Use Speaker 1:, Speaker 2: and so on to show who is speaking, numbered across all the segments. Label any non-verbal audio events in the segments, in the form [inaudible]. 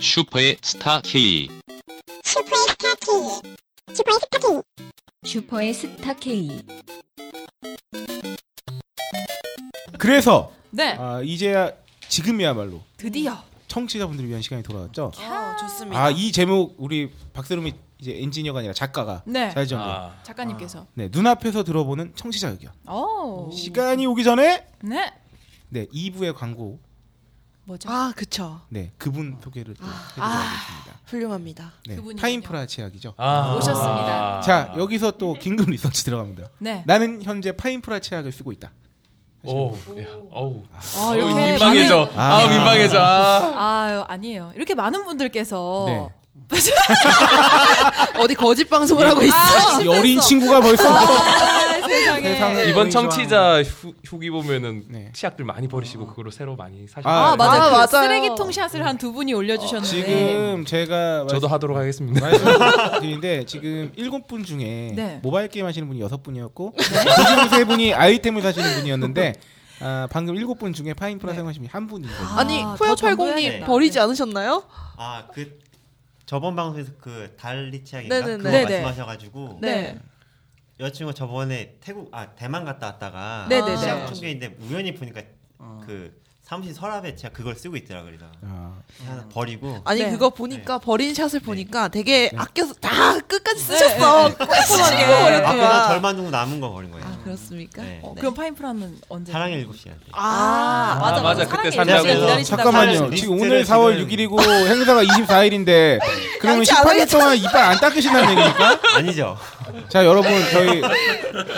Speaker 1: 슈퍼의 스타 K.
Speaker 2: 슈퍼의 스타 K 슈퍼의 스타 K
Speaker 3: 슈퍼의 스타 K.
Speaker 4: 그래서
Speaker 5: 네.
Speaker 4: 아, 이제야 지금이야말로
Speaker 5: 드디어.
Speaker 4: 청취자분들을 위한 시간이 돌아왔죠.
Speaker 5: 어, 좋습니다.
Speaker 4: 아 이 제목 우리 박세롬이 이제 엔지니어가 아니라 작가가
Speaker 5: 네.
Speaker 4: 잘정
Speaker 6: 아,
Speaker 5: 작가님께서.
Speaker 4: 네 눈앞에서 들어보는 청취자 의견.
Speaker 5: 어.
Speaker 4: 아. 시간이 오기 전에
Speaker 5: 네.
Speaker 4: 네 2부의 광고
Speaker 5: 뭐죠?
Speaker 7: 아, 그쵸.
Speaker 4: 네 그분 소개를
Speaker 5: 아.
Speaker 4: 또 해드리겠습니다.
Speaker 7: 훌륭합니다.
Speaker 4: 네,
Speaker 5: 그분이군요.
Speaker 4: 타임프라 치약이죠.
Speaker 6: 아.
Speaker 5: 오셨습니다.
Speaker 4: 자 여기서 또 긴급 리서치 들어갑니다.
Speaker 5: 네.
Speaker 4: 나는 현재 파인프라 치약을 쓰고 있다.
Speaker 6: 오, 야, 어우.
Speaker 5: 아,
Speaker 6: 어우,
Speaker 5: 이렇게
Speaker 6: 민망해져.
Speaker 5: 많은-
Speaker 6: 아, 민망해져. 아.
Speaker 5: 아유, 아니에요. 이렇게 많은 분들께서
Speaker 4: 네.
Speaker 7: 어디 거짓 방송을 하고 있어.
Speaker 5: 아, 실패했어.
Speaker 4: 여린 친구가 벌써 [laughs]
Speaker 5: 아, 세상에.
Speaker 4: 세상에.
Speaker 6: 이번 청취자 후, 후기 보면은
Speaker 4: 네.
Speaker 6: 치약들 많이 버리시고 그걸로 새로 많이 사셨
Speaker 4: 아, 어,
Speaker 5: 아, 맞아.
Speaker 7: 아,
Speaker 5: 그
Speaker 7: 맞아요.
Speaker 5: 쓰레기통 샷을 한 두 분이 올려 주셨는데.
Speaker 4: 지금 제가
Speaker 6: 저도 하도록 하겠습니다.
Speaker 4: 말씀드리는데 지금 일곱 분 중에
Speaker 5: 네.
Speaker 4: 모바일 게임 하시는 분이 여섯 분이었고 그중 세 분이 아이템을 사시는 분이었는데 아, 방금 일곱 분 중에 파인프라
Speaker 5: 네.
Speaker 4: 사용하신 분이 한 분이거든요.
Speaker 7: 아니,
Speaker 5: 아, 더
Speaker 7: 포요팔공님
Speaker 5: 정도해야겠다.
Speaker 7: 버리지
Speaker 5: 네.
Speaker 7: 않으셨나요?
Speaker 8: 아 그 저번 방송에서 그 달리치약인가
Speaker 7: 네네네.
Speaker 8: 그거
Speaker 5: 네네.
Speaker 8: 말씀하셔가지고
Speaker 5: 네.
Speaker 8: 여자친구가 저번에 태국 아 대만 갔다 왔다가 아,
Speaker 5: 네네네.
Speaker 8: 치약 총계인데 우연히 보니까 그 사무실 서랍에 제가 그걸 쓰고 있더라 그래서
Speaker 4: 어. 아,
Speaker 8: 하나 버리고
Speaker 7: 아니
Speaker 5: 네.
Speaker 7: 그거 보니까 버린 샷을
Speaker 4: 네.
Speaker 7: 보니까 되게 아껴서 다 끝까지
Speaker 5: 네.
Speaker 7: 쓰셨어.
Speaker 5: 꼼꼼하게.
Speaker 8: 앞에서
Speaker 7: 버렸구만.
Speaker 8: 아, 절만 두고 남은 거 버린 거예요.
Speaker 7: 아 그렇습니까?
Speaker 8: 네.
Speaker 5: 어,
Speaker 7: 네.
Speaker 5: 그럼 파인프라는 언제?
Speaker 8: 사랑의 일곱 시한테.
Speaker 7: 아,
Speaker 6: 맞아, 맞아. 그때 산다고.
Speaker 4: 어, 잠깐만요.
Speaker 8: 사실
Speaker 4: 지금 오늘
Speaker 8: 리스트를
Speaker 4: 4월
Speaker 8: 지금-
Speaker 4: 6일이고 행사가 24일인데 그러면
Speaker 7: 양치 안
Speaker 4: 18일 동안 이빨 안 닦으신다는 얘기니까?
Speaker 8: 아니죠.
Speaker 4: 자 여러분 저희
Speaker 5: [laughs]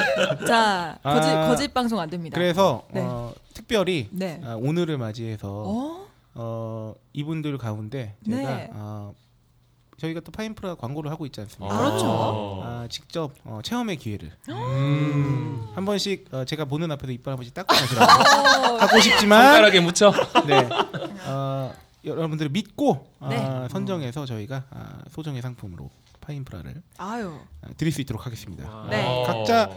Speaker 5: 자, 거짓
Speaker 4: 아.
Speaker 5: 거짓 방송 안 됩니다.
Speaker 4: 그래서
Speaker 5: 네.
Speaker 4: 어, 특별히
Speaker 5: 네.
Speaker 4: 아, 오늘을 맞이해서
Speaker 5: 어?
Speaker 4: 어, 이분들 가운데 제가
Speaker 5: 네.
Speaker 4: 어, 저희가 또 파인프라 광고를 하고 있지 않습니까?
Speaker 6: 그렇죠.
Speaker 4: 아, 직접 어, 체험의 기회를
Speaker 6: 음.
Speaker 4: 한 번씩 어, 제가 보는 앞에서 이빨 한 번씩 닦고 가시라고
Speaker 5: 어.
Speaker 4: 하고 싶지만
Speaker 6: 손가락에 묻혀.
Speaker 4: 네. 어, 여러분들 믿고 어,
Speaker 5: 네.
Speaker 4: 선정해서 저희가 아, 소정의 상품으로 파인프라를
Speaker 5: 아유.
Speaker 4: 아, 드릴 수 있도록 하겠습니다.
Speaker 5: 네.
Speaker 6: 어.
Speaker 4: 각자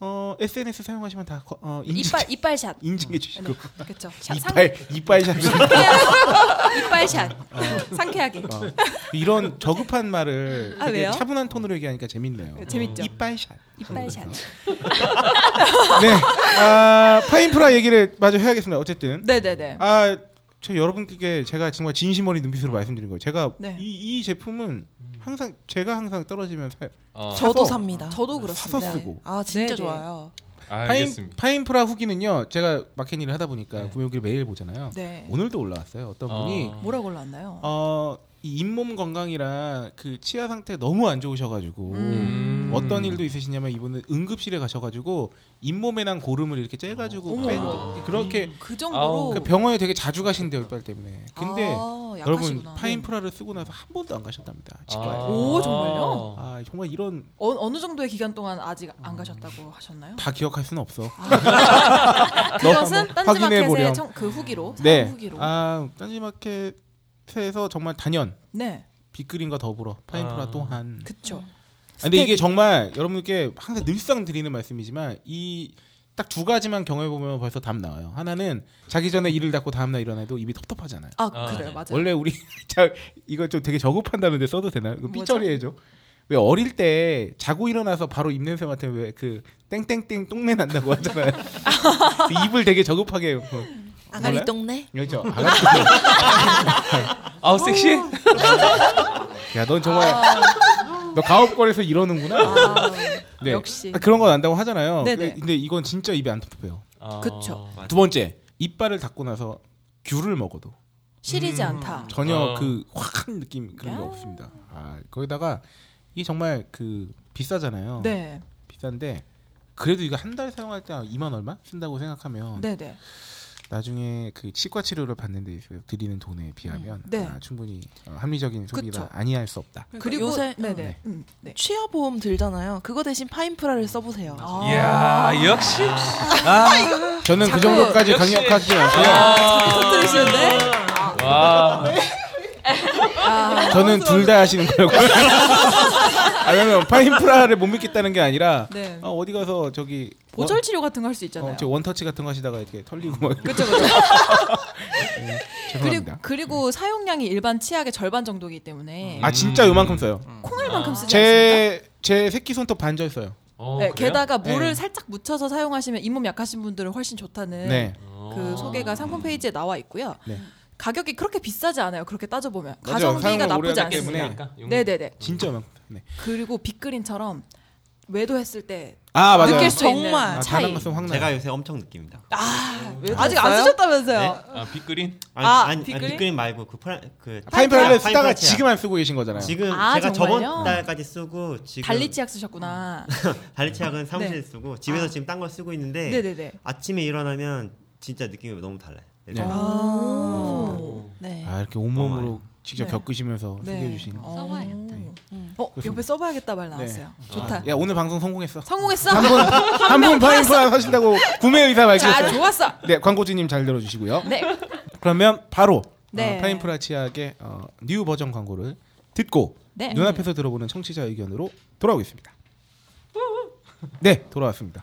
Speaker 4: 어, SNS 사용하시면 다 거- 어, 인증,
Speaker 5: 이빨 이빨 샷.
Speaker 4: 인증해 주시고
Speaker 5: 그렇죠.
Speaker 4: 이빨 이빨 샵
Speaker 5: 이빨 샷. 상쾌하게.
Speaker 4: 어, 이런 저급한 말을
Speaker 5: 아,
Speaker 4: 되게
Speaker 5: 왜요?
Speaker 4: 차분한 톤으로 얘기하니까 재밌네요.
Speaker 5: 재밌죠?
Speaker 4: 어, 이빨샷. 그렇죠.
Speaker 5: 이빨 샷.
Speaker 4: 네, 아, 파인프라 얘기를 마저 해야겠습니다. 어쨌든
Speaker 5: 네, 네, 네.
Speaker 4: 아, 저 여러분께 제가 정말 진심 어린 눈빛으로 말씀드린 거예요. 제가
Speaker 5: 네.
Speaker 4: 이, 이 제품은 항상 제가 항상 떨어지면 사,
Speaker 6: 어.
Speaker 7: 저도
Speaker 4: 사서-
Speaker 7: 삽니다.
Speaker 5: 저도
Speaker 4: 사서
Speaker 5: 그렇습니다.
Speaker 4: 쓰고
Speaker 7: 아
Speaker 5: 네네.
Speaker 7: 진짜 좋아요.
Speaker 4: 파인,
Speaker 6: 알겠습니다.
Speaker 4: 파인프라 후기는요. 제가 마켓 일을 하다 보니까
Speaker 6: 네.
Speaker 4: 구매후기를 매일 보잖아요.
Speaker 5: 네.
Speaker 4: 오늘도 올라왔어요. 어떤 분이
Speaker 6: 어.
Speaker 5: 뭐라고 올라왔나요?
Speaker 4: 어, 이 잇몸 건강이랑 그 치아 상태 너무 안 좋으셔가지고
Speaker 6: 음.
Speaker 4: 어떤 일도 있으시냐면 이분은 응급실에 가셔가지고 잇몸에 난 고름을 이렇게 째가지고
Speaker 6: 네.
Speaker 5: 어머,
Speaker 4: 뺀-
Speaker 5: 어머.
Speaker 4: 그렇게
Speaker 5: 그
Speaker 6: 아우.
Speaker 5: 정도로
Speaker 4: 그 병원에 되게 자주 가신대요 이빨 때문에. 근데
Speaker 5: 아,
Speaker 4: 여러분
Speaker 5: 약하시구나.
Speaker 4: 파인프라를 쓰고 나서 한 번도 안 가셨답니다. 치과에.
Speaker 6: 아.
Speaker 4: 아.
Speaker 5: 오, 정말요?
Speaker 4: 정말 이런
Speaker 5: 어, 어느 정도의 기간 동안 아직 안 가셨다고 하셨나요? 아.
Speaker 4: 다 기억할 수는 없어.
Speaker 5: [laughs]
Speaker 4: [laughs]
Speaker 5: 그것은
Speaker 4: 한번 확인해 보렴.
Speaker 5: 딴지마켓의 청- 그 후기로 사용
Speaker 4: 네.
Speaker 5: 후기로
Speaker 4: 아 딴지마켓에서 정말 단연
Speaker 5: 네
Speaker 4: 빅그린과 더불어 파인프라
Speaker 6: 아.
Speaker 4: 또한.
Speaker 5: 그쵸
Speaker 4: 아, 근데 이게 정말 여러분께 항상 늘상 드리는 말씀이지만 이 딱 두 가지만 경험해 보면 벌써 답 나와요. 하나는 자기 전에 이를 닦고 다음 날 일어나도 입이 텁텁하잖아요.
Speaker 5: 아
Speaker 6: 아,
Speaker 5: 그래요
Speaker 6: 네.
Speaker 5: 맞아요
Speaker 4: 원래 우리 [laughs] 자 이거 좀 되게 저급한다는데 써도 되나요? 이거
Speaker 5: 뭐죠?
Speaker 4: 삐처리해줘. 왜 어릴 때 자고 일어나서 바로 입냄새 맡으면 왜 그 땡땡땡 똥내 난다고
Speaker 5: [laughs]
Speaker 4: 하잖아요. 그 입을 되게 저급하게 뭐,
Speaker 7: 아가리
Speaker 4: 몰라요?
Speaker 7: 똥네.
Speaker 4: 그렇죠. 아가씨.
Speaker 5: [laughs]
Speaker 6: 아우 섹시.
Speaker 5: 어.
Speaker 4: 야넌 정말 너 가업거리에서 이러는구나.
Speaker 5: 아,
Speaker 4: 네.
Speaker 5: 역시
Speaker 4: 아, 그런 거 난다고 하잖아요.
Speaker 5: 네네.
Speaker 4: 근데 이건 진짜 입에 안 텁텁해요.
Speaker 6: 아.
Speaker 5: 그쵸.
Speaker 4: 두 번째 이빨을 닦고 나서 귤을 먹어도
Speaker 5: 시리지 않다
Speaker 4: 음, 전혀
Speaker 6: 어.
Speaker 4: 그 확한 느낌 그런 게
Speaker 5: 야.
Speaker 4: 없습니다. 아 거기다가 이게 정말 그 비싸잖아요.
Speaker 5: 네
Speaker 4: 비싼데 그래도 이거 한 달 사용할 때 2만 얼마 쓴다고 생각하면
Speaker 5: 네네
Speaker 4: 나중에 그 치과 치료를 받는 데 있어서 드리는 돈에 비하면
Speaker 5: 음, 네.
Speaker 4: 아, 충분히 어, 합리적인 소비가
Speaker 5: 그쵸.
Speaker 4: 아니할 수 없다.
Speaker 5: 그리고
Speaker 7: 요새-
Speaker 5: 네네 음, 네.
Speaker 7: 취아 보험 들잖아요. 그거 대신 파인프라를 써보세요. 어,
Speaker 5: 아,
Speaker 6: 이야, 역시. 아.
Speaker 4: 저는 그
Speaker 5: 자꾸
Speaker 4: 정도까지
Speaker 6: 역시.
Speaker 4: 강력하지 않고요.
Speaker 6: 아.
Speaker 5: 터뜨리시는데? 아.
Speaker 6: 와.
Speaker 4: 저는 둘 다 하시는 거라고요. [laughs] 아니면 파인프라를 못 믿겠다는 게 아니라
Speaker 5: 네.
Speaker 4: 어, 어디 가서 저기
Speaker 5: 보철 치료 같은 거 할 수 있잖아요.
Speaker 4: 어, 저 원터치 같은 거 하시다가 이렇게 털리고 막 이렇게.
Speaker 5: 그쵸
Speaker 4: [laughs]
Speaker 5: 그쵸. 그리고
Speaker 4: 죄송합니다.
Speaker 5: 그리고 사용량이 일반 치약의 절반 정도이기 때문에
Speaker 4: 아
Speaker 6: 음.
Speaker 4: 진짜 요만큼 써요.
Speaker 5: 음. 콩알만큼
Speaker 4: 아.
Speaker 5: 쓰지 않습니까?
Speaker 4: 제 제 새끼 손톱 반절 써요.
Speaker 6: 어,
Speaker 5: 네,
Speaker 6: 그래요?
Speaker 5: 게다가 물을
Speaker 4: 네.
Speaker 5: 살짝 묻혀서 사용하시면 잇몸 약하신 분들은 훨씬 좋다는
Speaker 4: 네.
Speaker 6: 어.
Speaker 5: 그 소개가 상품 페이지에 나와 있고요.
Speaker 4: 네.
Speaker 5: 가격이 그렇게 비싸지 않아요. 그렇게 따져 보면
Speaker 4: 맞아요.
Speaker 5: 가성비가
Speaker 4: 사용을 오래
Speaker 5: 나쁘지
Speaker 4: 하기 때문에.
Speaker 5: 않습니다.
Speaker 6: 그러니까 용-
Speaker 5: 네네네.
Speaker 4: 진짜 요만큼. 네.
Speaker 5: 그리고 빅그린처럼 외도했을 때
Speaker 4: 아 맞아요.
Speaker 5: 느낄 수
Speaker 7: 정말.
Speaker 5: 있는
Speaker 4: 아,
Speaker 5: 차이. 아,
Speaker 4: 다른 것은 확 나요.
Speaker 8: 제가 요새 엄청 느낍니다.
Speaker 5: 아직 안 쓰셨다면서요?
Speaker 8: 네?
Speaker 6: 아 빅그린
Speaker 8: 아니,
Speaker 5: 아,
Speaker 8: 아니,
Speaker 5: 빅그린?
Speaker 8: 아니 빅그린 말고 그 프라 그
Speaker 4: 파인프라를
Speaker 8: 파인
Speaker 4: 아, 쓰다가
Speaker 8: 프라이치야.
Speaker 4: 지금 안 쓰고 계신 거잖아요.
Speaker 8: 지금
Speaker 5: 아,
Speaker 8: 제가
Speaker 5: 정말요?
Speaker 8: 저번 달까지 쓰고 지금
Speaker 5: 달리 치약 쓰셨구나.
Speaker 8: [laughs]
Speaker 5: 네.
Speaker 8: 달리치약은 사무실에 쓰고 집에서
Speaker 5: 아.
Speaker 8: 지금 딴 걸 쓰고 있는데
Speaker 5: 네네네.
Speaker 8: 아침에 일어나면 진짜 느낌이 너무 달라요.
Speaker 4: 네.
Speaker 5: 오. 아. 네.
Speaker 4: 아 이렇게 온몸으로 직접
Speaker 5: 네.
Speaker 4: 겪으시면서
Speaker 5: 네.
Speaker 4: 어, 소개해 주시는 거.
Speaker 3: 써봐야
Speaker 5: 어 옆에 써봐야겠다 말 나왔어요. 좋다.
Speaker 4: 네. 아, 야 오늘 방송 성공했어.
Speaker 5: 성공했어. [laughs]
Speaker 4: 한분 파인프라 하신다고 구매 의사
Speaker 5: 자
Speaker 4: 밝히셨어요.
Speaker 5: 좋았어.
Speaker 4: 네 광고주님 잘 들어주시고요.
Speaker 5: 네.
Speaker 4: 그러면 바로
Speaker 5: 네.
Speaker 4: 어, 파인프라 치약의 어, 뉴 버전 광고를 듣고
Speaker 5: 네.
Speaker 4: 눈앞에서 들어보는 청취자 의견으로 돌아오겠습니다. 네 돌아왔습니다.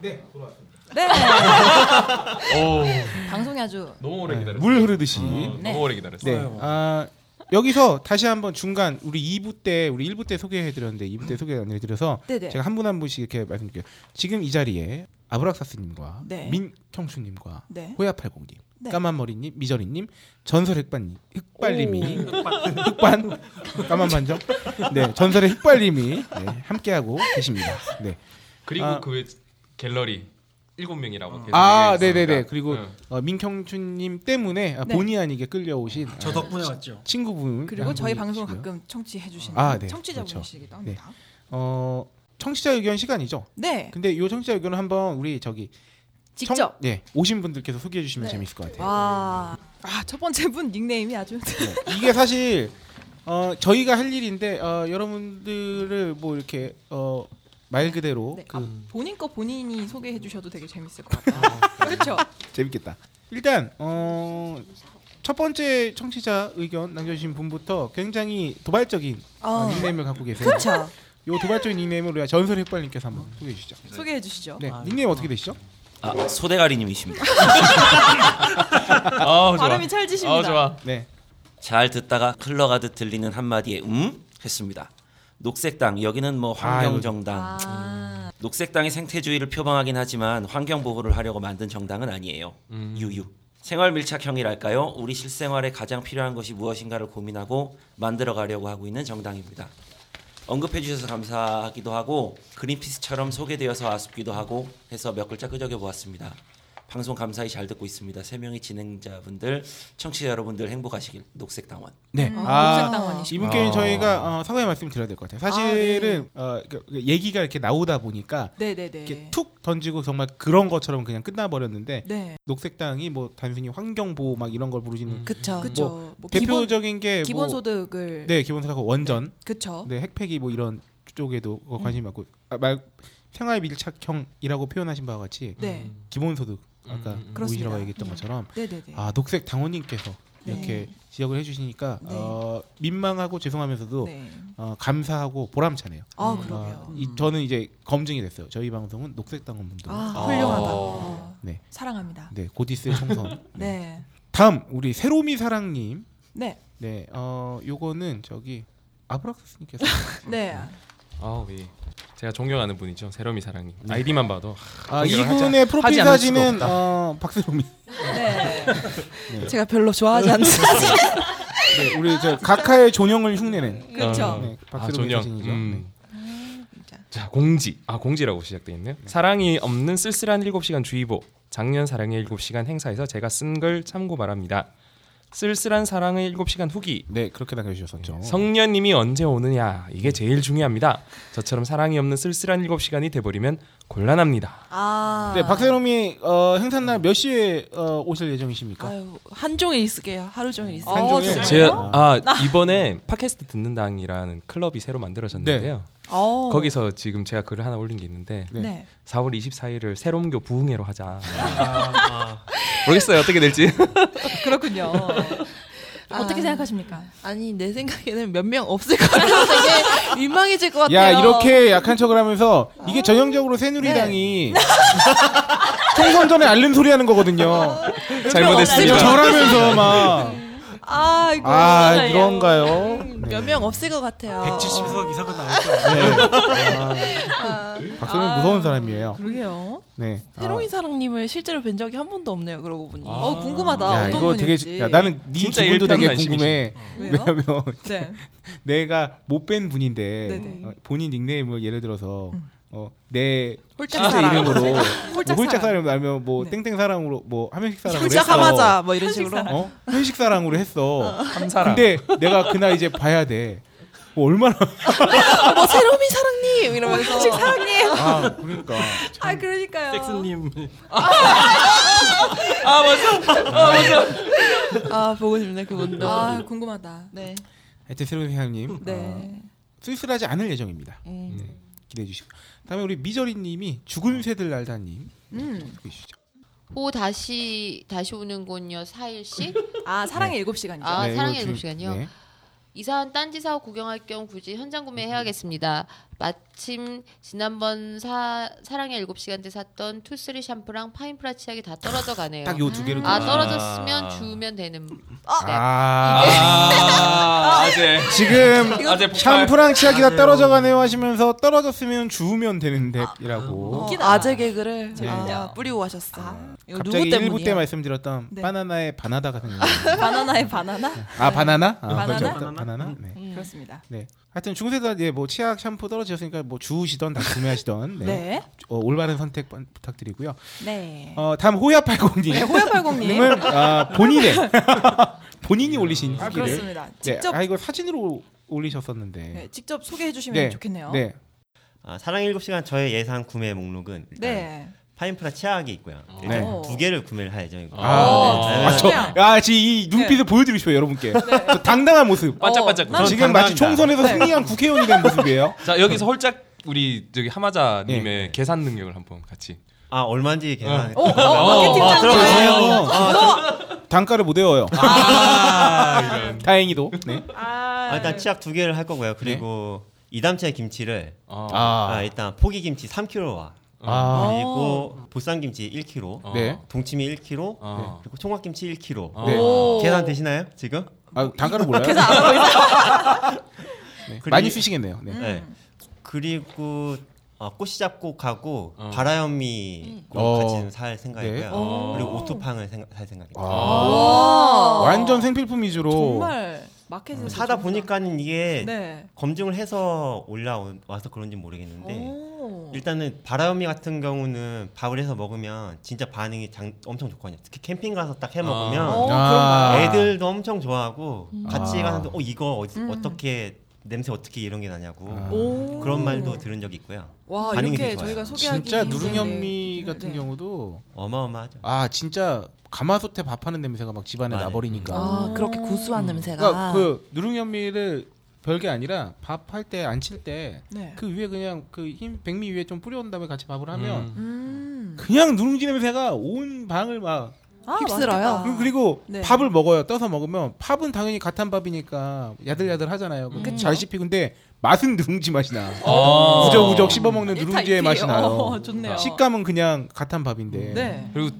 Speaker 4: 네 돌아왔습니다. [laughs]
Speaker 5: 네.
Speaker 6: 오
Speaker 5: 방송이 아주
Speaker 6: 너무 오래 기다렸어
Speaker 4: 네. 물 흐르듯이.
Speaker 6: 어,
Speaker 5: 네.
Speaker 6: 너무 오래 기다렸어
Speaker 4: 네. 아 여기서 다시 한번 중간 우리 2부 때 우리 1부 때 소개해드렸는데 2부 때 소개 안 해드려서
Speaker 5: 네네.
Speaker 4: 제가 한 분 한 분씩 이렇게 말씀드릴게요. 지금 이 자리에 아브락사스님과
Speaker 5: 네.
Speaker 4: 민경수님과
Speaker 5: 네.
Speaker 4: 호야팔공님,
Speaker 5: 네.
Speaker 4: 까만머리님, 미저리님, 전설 흑발님, 흑발님이 흑반 까만 반점, 네 전설의 흑발님이 네, 함께하고 계십니다. 네.
Speaker 6: 그리고
Speaker 4: 아.
Speaker 6: 그 갤러리 일곱 명이라고 계속
Speaker 4: 아,
Speaker 6: 얘기했으니까.
Speaker 4: 네네네. 그리고
Speaker 5: [laughs]
Speaker 6: 응.
Speaker 4: 어, 민경춘님 때문에 아,
Speaker 5: 네.
Speaker 4: 본의 아니게 끌려오신
Speaker 9: 저
Speaker 4: 아,
Speaker 9: 덕분에 왔죠.
Speaker 4: 친구분 네,
Speaker 5: 그리고
Speaker 4: 한
Speaker 5: 저희
Speaker 4: 분이
Speaker 5: 방송을
Speaker 4: 계시고요.
Speaker 5: 가끔 청취해 주시는
Speaker 4: 아, 네.
Speaker 5: 청취자분이시기도
Speaker 4: 그렇죠.
Speaker 5: 합니다.
Speaker 4: 어 청취자 의견 시간이죠.
Speaker 5: 네.
Speaker 4: 근데 요 청취자 의견을 한번 우리 저기 청-
Speaker 5: 직접.
Speaker 4: 예 오신 분들께서 소개해 주시면
Speaker 5: 네.
Speaker 4: 재밌을 것 같아요.
Speaker 5: 와. 아, 첫 번째 분 닉네임이 아주
Speaker 4: 이게 사실 어, 저희가 할 일인데 어, 여러분들을 뭐 이렇게 어, 말 그대로
Speaker 5: 네.
Speaker 4: 그
Speaker 5: [laughs] 본인 거 본인이 소개해 주셔도 되게 재밌을 것 같아요.
Speaker 4: 네.
Speaker 5: 그렇죠?
Speaker 4: 재밌겠다. 일단 어, 첫 번째 청취자 의견 남겨주신 분부터 굉장히 도발적인 어,
Speaker 5: 어.
Speaker 4: 닉네임을 갖고 계세요.
Speaker 5: 그렇죠.
Speaker 4: 요 도발적인 닉네임을 우리가 전설 흑발님께서 한번 소개해 주시죠.
Speaker 5: 소개해 주시죠.
Speaker 4: 네, 닉네임 어떻게 되시죠?
Speaker 10: 아, 소대가리님이십니다.
Speaker 6: [laughs] 아 좋아
Speaker 5: 발음이 찰지십니다.
Speaker 6: 아 좋아
Speaker 4: 네,
Speaker 10: 잘 듣다가 흘러가듯 들리는 한마디에 음 했습니다. 녹색당 여기는 뭐 환경정당
Speaker 5: 아.
Speaker 10: 녹색당이 생태주의를 표방하긴 하지만 환경 보호를 하려고 만든 정당은 아니에요. 음. 유유. 생활 밀착형이랄까요? 우리 실생활에 가장 필요한 것이 무엇인가를 고민하고 만들어 가려고 하고 있는 정당입니다. 언급해 주셔서 감사하기도 하고 그린피스처럼 소개되어서 아쉽기도 하고 해서 몇 글자 끄적여 보았습니다. 방송 감사히 잘 듣고 있습니다. 세 명의 진행자분들, 청취자 여러분들 행복하시길 녹색당원.
Speaker 4: 네.
Speaker 5: 녹색 음, 당원이시고.
Speaker 4: 이분께는
Speaker 10: 아.
Speaker 4: 저희가 어, 사과의 말씀 드려야 될 것 같아요. 사실은 어, 그- 그 얘기가 이렇게 나오다 보니까
Speaker 5: 네, 네, 네.
Speaker 4: 이렇게 툭 던지고 정말 그런 것처럼 그냥 끝나버렸는데
Speaker 5: 네.
Speaker 4: 녹색당이 뭐 단순히 환경보호 막 이런 걸 부르시는
Speaker 5: 그렇죠.
Speaker 4: 뭐
Speaker 5: 그렇죠. 뭐 기본
Speaker 4: 대표적인 게
Speaker 5: 기본
Speaker 4: 뭐,
Speaker 5: 소득을
Speaker 4: 네 기본소득하고 원전
Speaker 5: 그렇죠.
Speaker 4: 네 핵폐기 뭐 이런 쪽에도 어,
Speaker 5: 음.
Speaker 4: 관심이 많고 아, 말 생활 밀착형이라고 표현하신 바와 같이
Speaker 5: 네.
Speaker 4: 기본소득 아까
Speaker 6: 음,
Speaker 5: 그렇습니다.
Speaker 4: 우이시라가 얘기했던 것처럼
Speaker 5: 네, 네, 네.
Speaker 4: 아 녹색 당원님께서
Speaker 5: 네.
Speaker 4: 이렇게 지적을 해주시니까
Speaker 5: 네.
Speaker 4: 어, 민망하고 죄송하면서도
Speaker 5: 네.
Speaker 4: 어, 감사하고 보람차네요.
Speaker 6: 음.
Speaker 5: 아,
Speaker 4: 어,
Speaker 5: 그러게요.
Speaker 4: 이, 저는 이제 검증이 됐어요. 저희 방송은 녹색 당원분들.
Speaker 5: 아, 훌륭하다. 어.
Speaker 4: 네.
Speaker 5: 사랑합니다.
Speaker 4: 네 고디스의 총선.
Speaker 5: [laughs] 네.
Speaker 4: 다음 우리 새로미 사랑님
Speaker 5: 네.
Speaker 4: 네, 어 요거는 저기
Speaker 7: [laughs]
Speaker 4: 아브락스님께서 어,
Speaker 5: 네.
Speaker 6: 아 예. 제가 존경하는 분이죠 세롬이 사랑님
Speaker 10: 네.
Speaker 6: 아이디만 봐도
Speaker 4: 아,
Speaker 6: 공개를 하지
Speaker 4: 이분의 프로필
Speaker 6: 하지 않을
Speaker 4: 사진은
Speaker 6: 수가 없다.
Speaker 4: 어, 박세롬이. [laughs]
Speaker 5: 네.
Speaker 7: 제가 별로 좋아하지 않습니다.
Speaker 4: 네, 우리 저 각하의 존영을 흉내낸
Speaker 5: 그렇죠.
Speaker 4: 네,
Speaker 6: 아,
Speaker 4: 박세롬
Speaker 6: 존영.
Speaker 4: 사진이죠. 네.
Speaker 6: 음. 자 공지 아 공지라고 시작돼 있네요. 사랑이 없는 쓸쓸한 7시간 주의보 작년 사랑의 7시간 행사에서 제가 쓴 걸 참고 말합니다. 쓸쓸한 사랑의 7시간 후기.
Speaker 4: 네 그렇게 남겨주셨었죠.
Speaker 6: 성년님이 언제 오느냐 이게 제일 중요합니다. 저처럼 사랑이 없는 쓸쓸한 7시간이 돼버리면 곤란합니다.
Speaker 7: 아.
Speaker 4: 네 박세롬이 어, 행사 날 몇 시에 어, 오실 예정이십니까?
Speaker 7: 아유 한 종일 있을게요. 하루 종일 있을게요.
Speaker 4: 한 종일.
Speaker 5: 진짜요?
Speaker 6: 제가 아 이번에 팟캐스트 듣는 당이라는 클럽이 새로
Speaker 5: 네.
Speaker 6: 만들어졌는데요.
Speaker 7: 어.
Speaker 6: 거기서 지금 제가 글을 하나 올린 게 있는데
Speaker 4: 네.
Speaker 7: 네.
Speaker 6: 4월 24일을 새롬교 부흥회로 하자. [laughs] 모르겠어요 어떻게 될지.
Speaker 5: 아, [laughs] 그렇군요.
Speaker 7: 아.
Speaker 5: 어떻게 생각하십니까?
Speaker 7: 아니 내 생각에는 몇 명 없을
Speaker 5: [laughs]
Speaker 7: 것 같아서 되게 민망해질 것 같아요. 아.
Speaker 4: 야 이렇게 약한 척을 하면서 이게 전형적으로 새누리당이
Speaker 7: 네.
Speaker 4: [laughs] 총선 전에 알림 소리 하는
Speaker 7: 어.
Speaker 4: 거거든요.
Speaker 6: 잘못했습니다.
Speaker 4: 절하면서 막.
Speaker 7: 아 이거
Speaker 4: 아 그런가요? 네.
Speaker 7: 음, 몇 명 없을 것 같아요.
Speaker 9: 170석 이상은 나올 거예요.
Speaker 4: 네.
Speaker 7: 아,
Speaker 4: 박세롬이 무서운 사람이에요.
Speaker 5: 그러게요.
Speaker 4: 네. 아.
Speaker 7: 새롱이 사랑님을 실제로 뵌 적이 한 번도 없네요. 그러고
Speaker 9: 아.
Speaker 7: 보니.
Speaker 5: 어 궁금하다.
Speaker 4: 야
Speaker 5: 어떤
Speaker 4: 이거
Speaker 5: 분인지. 어,
Speaker 4: 되게 야, 나는 네
Speaker 6: 진짜
Speaker 4: 기분도
Speaker 7: [laughs]
Speaker 4: 되게
Speaker 6: 일편단심이지.
Speaker 4: 궁금해.
Speaker 5: 왜요?
Speaker 4: 왜냐면
Speaker 5: 네.
Speaker 4: [laughs] 내가 못 뺀 분인데
Speaker 5: 네네. 음.
Speaker 4: 어, 본인 닉네임을 예를 들어서 어, 내
Speaker 5: 홀짝
Speaker 4: 실제
Speaker 5: 사랑.
Speaker 4: 이름으로 뭐
Speaker 5: 홀짝
Speaker 4: 홀짝
Speaker 5: 사랑.
Speaker 4: 사랑 아니면 뭐
Speaker 5: 네.
Speaker 4: 땡땡 사랑으로 뭐 함현식 사랑으로
Speaker 7: 살짝
Speaker 4: 했어.
Speaker 7: 하마자 뭐 이런 식으로.
Speaker 4: 어? 현식 사랑으로 했어.
Speaker 6: 삼사랑.
Speaker 4: 근데 내가 그날 이제 봐야 돼. 뭐
Speaker 5: [laughs]
Speaker 4: 얼마나
Speaker 7: 아, 뭐 새롬이 사랑님
Speaker 5: 어,
Speaker 7: 이러면서. 사랑님.
Speaker 4: 아 그러니까
Speaker 5: 아 그러니까요.
Speaker 9: 섹스님 아,
Speaker 7: 아 보고 싶네 그분도.
Speaker 5: 아 궁금하다.
Speaker 7: 네.
Speaker 4: 하여튼 새로운 회장님
Speaker 7: [laughs]
Speaker 4: 어,
Speaker 5: 네.
Speaker 4: 쓸쓸하지 않을 예정입니다. 네,
Speaker 7: 음.
Speaker 4: 기대해 주시고 다음에 우리 미저리님이 죽은 새들 날다님
Speaker 5: 음.
Speaker 4: 소개해 주시죠.
Speaker 11: 오 다시 다시 오는군요. 사일씩
Speaker 5: [laughs] 아 사랑의 일곱 시간이죠.
Speaker 11: 아,
Speaker 4: 이거
Speaker 11: 사랑의
Speaker 4: 지금-
Speaker 11: 일곱 시간이요?
Speaker 4: 네.
Speaker 11: 이사한 딴지 사업 구경할 겸 굳이 현장
Speaker 4: 음.
Speaker 11: 구매해야겠습니다. 마침 지난번 사, 사랑의 일곱 시간 때 샀던 투쓰리 샴푸랑 파인프라 치약이 다 떨어져 가네요.
Speaker 4: 딱요 두 개를
Speaker 11: 아
Speaker 4: 골라.
Speaker 11: 떨어졌으면 주면 되는.
Speaker 5: 어.
Speaker 11: 네.
Speaker 4: 아,
Speaker 6: 아 아재.
Speaker 4: 지금
Speaker 6: [laughs] 아재 폭발.
Speaker 4: 샴푸랑 치약이다 떨어져 가네요 하시면서 떨어졌으면 주우면 되는 뎁이라고.
Speaker 7: 어, 아재 개그를
Speaker 4: 네.
Speaker 7: 아, 뿌리고 가셨어. 이거
Speaker 4: 갑자기
Speaker 7: 누구
Speaker 4: 1부
Speaker 7: 때문이에요?
Speaker 4: 때 말씀드렸던
Speaker 5: 네.
Speaker 4: 바나나의 바나다
Speaker 7: [laughs]
Speaker 4: 같은 거.
Speaker 5: 바나나의 바나나?
Speaker 4: 아 바나나? 아,
Speaker 5: 바나나?
Speaker 4: 그렇죠. 바나나? 네.
Speaker 7: 음.
Speaker 5: 그렇습니다.
Speaker 4: 네. 하여튼 중세다 예, 뭐 치약 샴푸 떨어지셨으니까 뭐 주우시던 다 구매하시던 네.
Speaker 5: 네.
Speaker 4: 어, 올바른 선택 번- 부탁드리고요.
Speaker 5: 네.
Speaker 4: 어, 다음 호야팔공님.
Speaker 5: 네, 호야팔공님.
Speaker 4: 님은 아,
Speaker 5: [laughs]
Speaker 4: 본인의 본인이 올리신
Speaker 5: 아,
Speaker 4: 후기를
Speaker 5: 그렇습니다.
Speaker 4: 네,
Speaker 5: 직접
Speaker 4: 아 이거 사진으로 올리셨었는데.
Speaker 5: 네, 직접 소개해 주시면
Speaker 4: 네,
Speaker 5: 좋겠네요.
Speaker 4: 네.
Speaker 8: 아, 사랑 7시간 저의 예상 구매 목록은 일단
Speaker 5: 네.
Speaker 8: 파인프라 치약이 있고요. 일단
Speaker 5: 네.
Speaker 8: 두 개를 구매를 할 예정이고.
Speaker 4: 아,
Speaker 8: 네.
Speaker 4: 아, 저, 아, 지금 이
Speaker 5: 네.
Speaker 4: 눈빛을 보여드리고 싶어요, 여러분께. 저 당당한 모습. 어,
Speaker 6: 반짝반짝.
Speaker 5: 난-
Speaker 4: 지금 마치 총선에서
Speaker 5: 네.
Speaker 4: 승리한 국회의원이 된 모습이에요.
Speaker 6: 자 여기서 홀짝 우리 저기
Speaker 4: 네.
Speaker 6: 하마자님의 계산 능력을 한번 같이.
Speaker 8: 아, 얼마인지 계산해.
Speaker 5: 어, 어,
Speaker 8: 아,
Speaker 5: 마케팅장
Speaker 4: 어,
Speaker 6: 아,
Speaker 8: 네.
Speaker 4: 단가를 못 외워요.
Speaker 5: 아,
Speaker 4: 아, [laughs] 다행히도. 네.
Speaker 8: 아, 일단 치약 두 개를 할 거고요. 그리고 이담채 김치를
Speaker 6: 아,
Speaker 8: 아,
Speaker 4: 아,
Speaker 8: 일단 포기 김치 3kg와
Speaker 4: 아,
Speaker 8: 그리고 보쌈 김치 1kg,
Speaker 4: 네.
Speaker 8: 동치미 1kg,
Speaker 6: 어.
Speaker 8: 그리고 총각 김치 1kg.
Speaker 4: 네.
Speaker 8: 계산 되시나요? 지금?
Speaker 4: 아, 단가를 몰라요. [laughs] 네. 많이 쓰시겠네요. 네.
Speaker 8: 네. 그리고 어, 꼬시잡곡하고
Speaker 6: 어.
Speaker 8: 바라현미
Speaker 4: 어.
Speaker 8: 같이 살 생각이고요.
Speaker 4: 네.
Speaker 6: 어.
Speaker 8: 그리고 오토팡을 생각, 살 생각입니다.
Speaker 4: 아, 완전 생필품 위주로.
Speaker 5: 정말 마켓에서
Speaker 8: 음. 사다
Speaker 5: 정말-
Speaker 8: 보니까 이게
Speaker 5: 네.
Speaker 8: 검증을 해서 올라와서 그런지 모르겠는데
Speaker 5: 오.
Speaker 8: 일단은 바라현미 같은 경우는 밥을 해서 먹으면 진짜 반응이 장- 엄청 좋거든요. 특히 캠핑 가서 딱 해
Speaker 5: 어,
Speaker 8: 먹으면
Speaker 4: 아.
Speaker 8: 애들도 엄청 좋아하고 같이
Speaker 4: 아.
Speaker 8: 가서 어 이거 어디,
Speaker 5: 음.
Speaker 8: 어떻게 냄새 어떻게 이런 게 나냐고
Speaker 4: 아.
Speaker 5: 오.
Speaker 8: 그런 말도 들은 적이 있고요.
Speaker 5: 와,
Speaker 8: 반응이
Speaker 5: 이렇게
Speaker 8: 되게 좋아요.
Speaker 5: 저희가 소개하기
Speaker 4: 진짜
Speaker 5: 힘든
Speaker 4: 누룽현미
Speaker 5: 네.
Speaker 4: 같은
Speaker 5: 네.
Speaker 4: 경우도
Speaker 8: 어마어마하죠.
Speaker 4: 아 진짜 가마솥에 밥하는 냄새가 막 집안에
Speaker 8: 아, 네.
Speaker 5: 음.
Speaker 4: 나버리니까
Speaker 7: 아 그렇게 고소한
Speaker 4: 그러니까
Speaker 7: 냄새가.
Speaker 4: 그 누룽현미를 별게 아니라 밥 할 때 안 칠 때 그
Speaker 5: 네.
Speaker 4: 위에 그냥 그 흰 백미 위에 좀 뿌려온 다음에 같이 밥을 하면
Speaker 6: 음.
Speaker 5: 음.
Speaker 4: 그냥 누룽지 냄새가 온 방을 막
Speaker 5: 아,
Speaker 7: 휩쓸어요.
Speaker 5: 맛있겠다.
Speaker 4: 그리고
Speaker 5: 네.
Speaker 4: 밥을 먹어요 떠서 먹으면 밥은 당연히 갓한 밥이니까 야들야들 하잖아요
Speaker 5: 음.
Speaker 4: 잘 씹히 근데 맛은 누룽지 맛이 나
Speaker 6: 어.
Speaker 4: 우적우적 씹어 먹는
Speaker 5: 일타
Speaker 4: 누룽지의
Speaker 5: 이틀이에요.
Speaker 4: 맛이 나요
Speaker 5: 어, [laughs] 좋네요.
Speaker 4: 식감은 그냥 갓한 밥인데
Speaker 5: 네.
Speaker 6: 그리고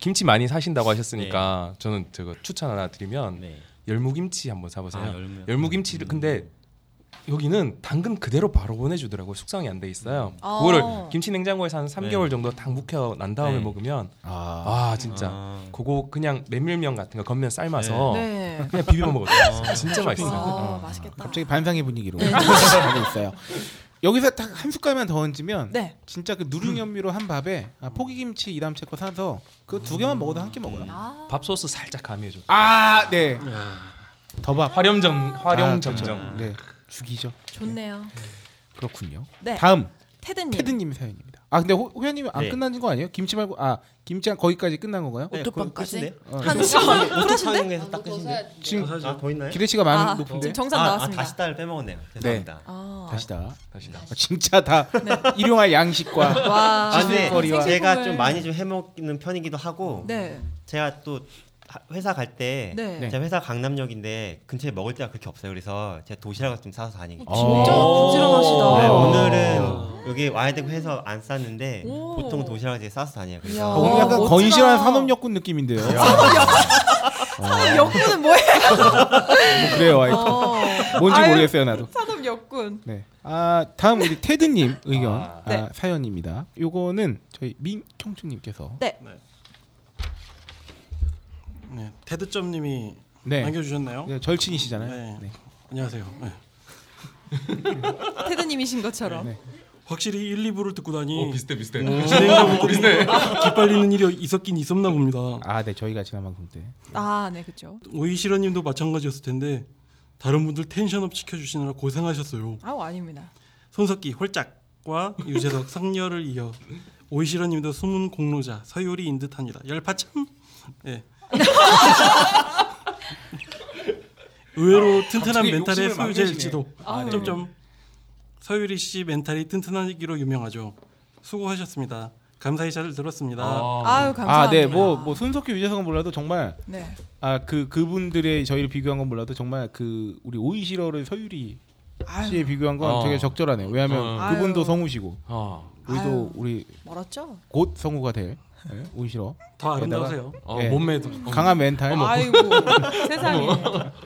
Speaker 6: 김치 많이 사신다고 하셨으니까
Speaker 4: 네.
Speaker 6: 저는 저거 추천 하나 드리면
Speaker 8: 네.
Speaker 6: 열무김치 한번 사보세요.
Speaker 8: 아, 열무요?
Speaker 6: 열무김치를
Speaker 4: 음.
Speaker 6: 근데 여기는 당근 그대로 바로 보내주더라고요. 숙성이 안 돼 있어요.
Speaker 4: 음.
Speaker 5: 아.
Speaker 6: 그거를 김치 냉장고에서 한 3개월
Speaker 8: 네.
Speaker 6: 정도 딱 묵혀 난 다음에
Speaker 8: 네.
Speaker 6: 먹으면
Speaker 4: 아,
Speaker 6: 아 진짜
Speaker 8: 아.
Speaker 6: 그거 그냥 메밀면 같은 거 겉면 삶아서
Speaker 5: 네.
Speaker 4: 아,
Speaker 6: 그냥 비벼 먹었어요. 진짜 맛있어요.
Speaker 5: 아,
Speaker 6: 어.
Speaker 5: 맛있겠다.
Speaker 4: 갑자기 반상의 분위기로 하고 있어요 여기서 딱 한 숟갈만 더 얹으면
Speaker 7: 네.
Speaker 4: 진짜 그 누룽현미로 한 밥에 아, 포기김치 이담채 거 사서 그 두 개만 먹어도 한 끼 먹어요.
Speaker 6: 밥 소스 살짝 가미해줘.
Speaker 4: 아, 네. 더밥
Speaker 6: 화렴정 화렴정정.
Speaker 4: 아, 그렇죠. 네. 죽이죠.
Speaker 5: 좋네요.
Speaker 4: 그렇군요.
Speaker 5: 네.
Speaker 4: 다음
Speaker 5: 테드님.
Speaker 4: 테드님 사연입니다. 아 근데 호, 호야님 안
Speaker 8: 네.
Speaker 4: 끝난 거 아니에요? 김치 말고 아 김치 거기까지 끝난 건가요?
Speaker 8: 네, 오토빵까지? 그거 끝인데요?
Speaker 4: 네.
Speaker 8: 한 시간. 오토빵에서 딱 끝인데.
Speaker 4: 지금
Speaker 8: 아, 더 있나요?
Speaker 4: 기대치가 많이
Speaker 8: 아,
Speaker 4: 높은데
Speaker 8: 지금 정상 아, 아, 나왔습니다. 다시 딸 빼먹었네요. 죄송합니다. 아.
Speaker 4: 다시다.
Speaker 6: 다시다.
Speaker 4: 진짜 다 네. 일용할 양식과
Speaker 8: 아, 근데
Speaker 4: 시술거리와
Speaker 8: 제가 좀 많이 좀 해먹는 편이기도 하고
Speaker 5: 네.
Speaker 8: 제가 또 하- 회사 갈 때
Speaker 5: 네.
Speaker 8: 제가 회사 강남역인데 근처에 먹을 데가 그렇게 없어요. 그래서 제가 도시락을 좀 싸서 다니고
Speaker 5: 어, 진짜 오. 부지런하시다.
Speaker 8: 네, 오늘은 여기 와야 되고 해서 안 쌌는데 보통 도시락을 제가 싸서 다녀요.
Speaker 4: 아,
Speaker 5: 어,
Speaker 8: 그래서
Speaker 4: 오늘 약간 건실한 산업역군 느낌인데요. [laughs] 어.
Speaker 5: 산업역군은 뭐예요? 어.
Speaker 4: 뭐 그래요, 하여튼. 뭔지 모르겠어요, 나도.
Speaker 5: 산업역군.
Speaker 4: 네. 아 다음 우리 테드님 의견 아,
Speaker 5: 네.
Speaker 4: 사연입니다. 요거는 저희 민경춘님께서
Speaker 5: 네.
Speaker 9: 네, 테드점님이
Speaker 4: 네.
Speaker 9: 남겨주셨나요?
Speaker 4: 네, 절친이시잖아요.
Speaker 9: 네.
Speaker 4: 네.
Speaker 9: 안녕하세요. 네.
Speaker 5: 테드님이신
Speaker 4: 네.
Speaker 5: 것처럼.
Speaker 9: 확실히 1, 2부를 듣고 다니.
Speaker 6: 어, 비슷해, 비슷해.
Speaker 9: 진행자분
Speaker 4: 네.
Speaker 6: 비슷해.
Speaker 9: 기빨리는 일이 있었긴 있었나 봅니다.
Speaker 4: 아, 네, 저희가 지난 방송 때.
Speaker 5: 아, 네, 그렇죠.
Speaker 9: 오이시러님도 마찬가지였을 텐데 다른 분들 텐션업 시켜주시느라 고생하셨어요.
Speaker 5: 아우 아닙니다.
Speaker 9: 손석기 홀짝과
Speaker 6: [laughs]
Speaker 9: 유재석 상렬을 이어 오이시러님도 숨은 공로자 서유리인 듯합니다. 열파참.
Speaker 6: [laughs]
Speaker 9: 예. 의외로 튼튼한
Speaker 6: 아, 갑자기
Speaker 9: 멘탈의
Speaker 6: 욕심을 막
Speaker 9: 소유자일지도
Speaker 6: 내시네. 아, 네.
Speaker 9: 점점 서유리 씨 멘탈이 튼튼하기로 유명하죠. 수고하셨습니다. 감사히 잘 들었습니다.
Speaker 5: 아유, 감사합니다.
Speaker 4: 아, 네, 뭐, 뭐 손석희 유재석은 몰라도 정말
Speaker 5: 네.
Speaker 4: 아 그 그분들의 저희를 비교한 건 몰라도 정말 그 우리 오이시러를 서유리 씨에 비교한 건
Speaker 9: 아.
Speaker 6: 어.
Speaker 4: 되게 적절하네요. 왜냐하면
Speaker 6: 어.
Speaker 4: 그분도
Speaker 5: 아유.
Speaker 4: 성우시고
Speaker 6: 어.
Speaker 4: 우리도
Speaker 5: 아유.
Speaker 4: 우리
Speaker 5: 멀었죠?
Speaker 4: 곧 성우가 될 네, 오이시러
Speaker 9: 더 아름다우세요.
Speaker 4: 게다가,
Speaker 6: 어,
Speaker 4: 예,
Speaker 6: 몸매도. 어머.
Speaker 4: 강한 멘탈
Speaker 6: 어머.
Speaker 5: 아이고
Speaker 4: [laughs]
Speaker 5: 세상에.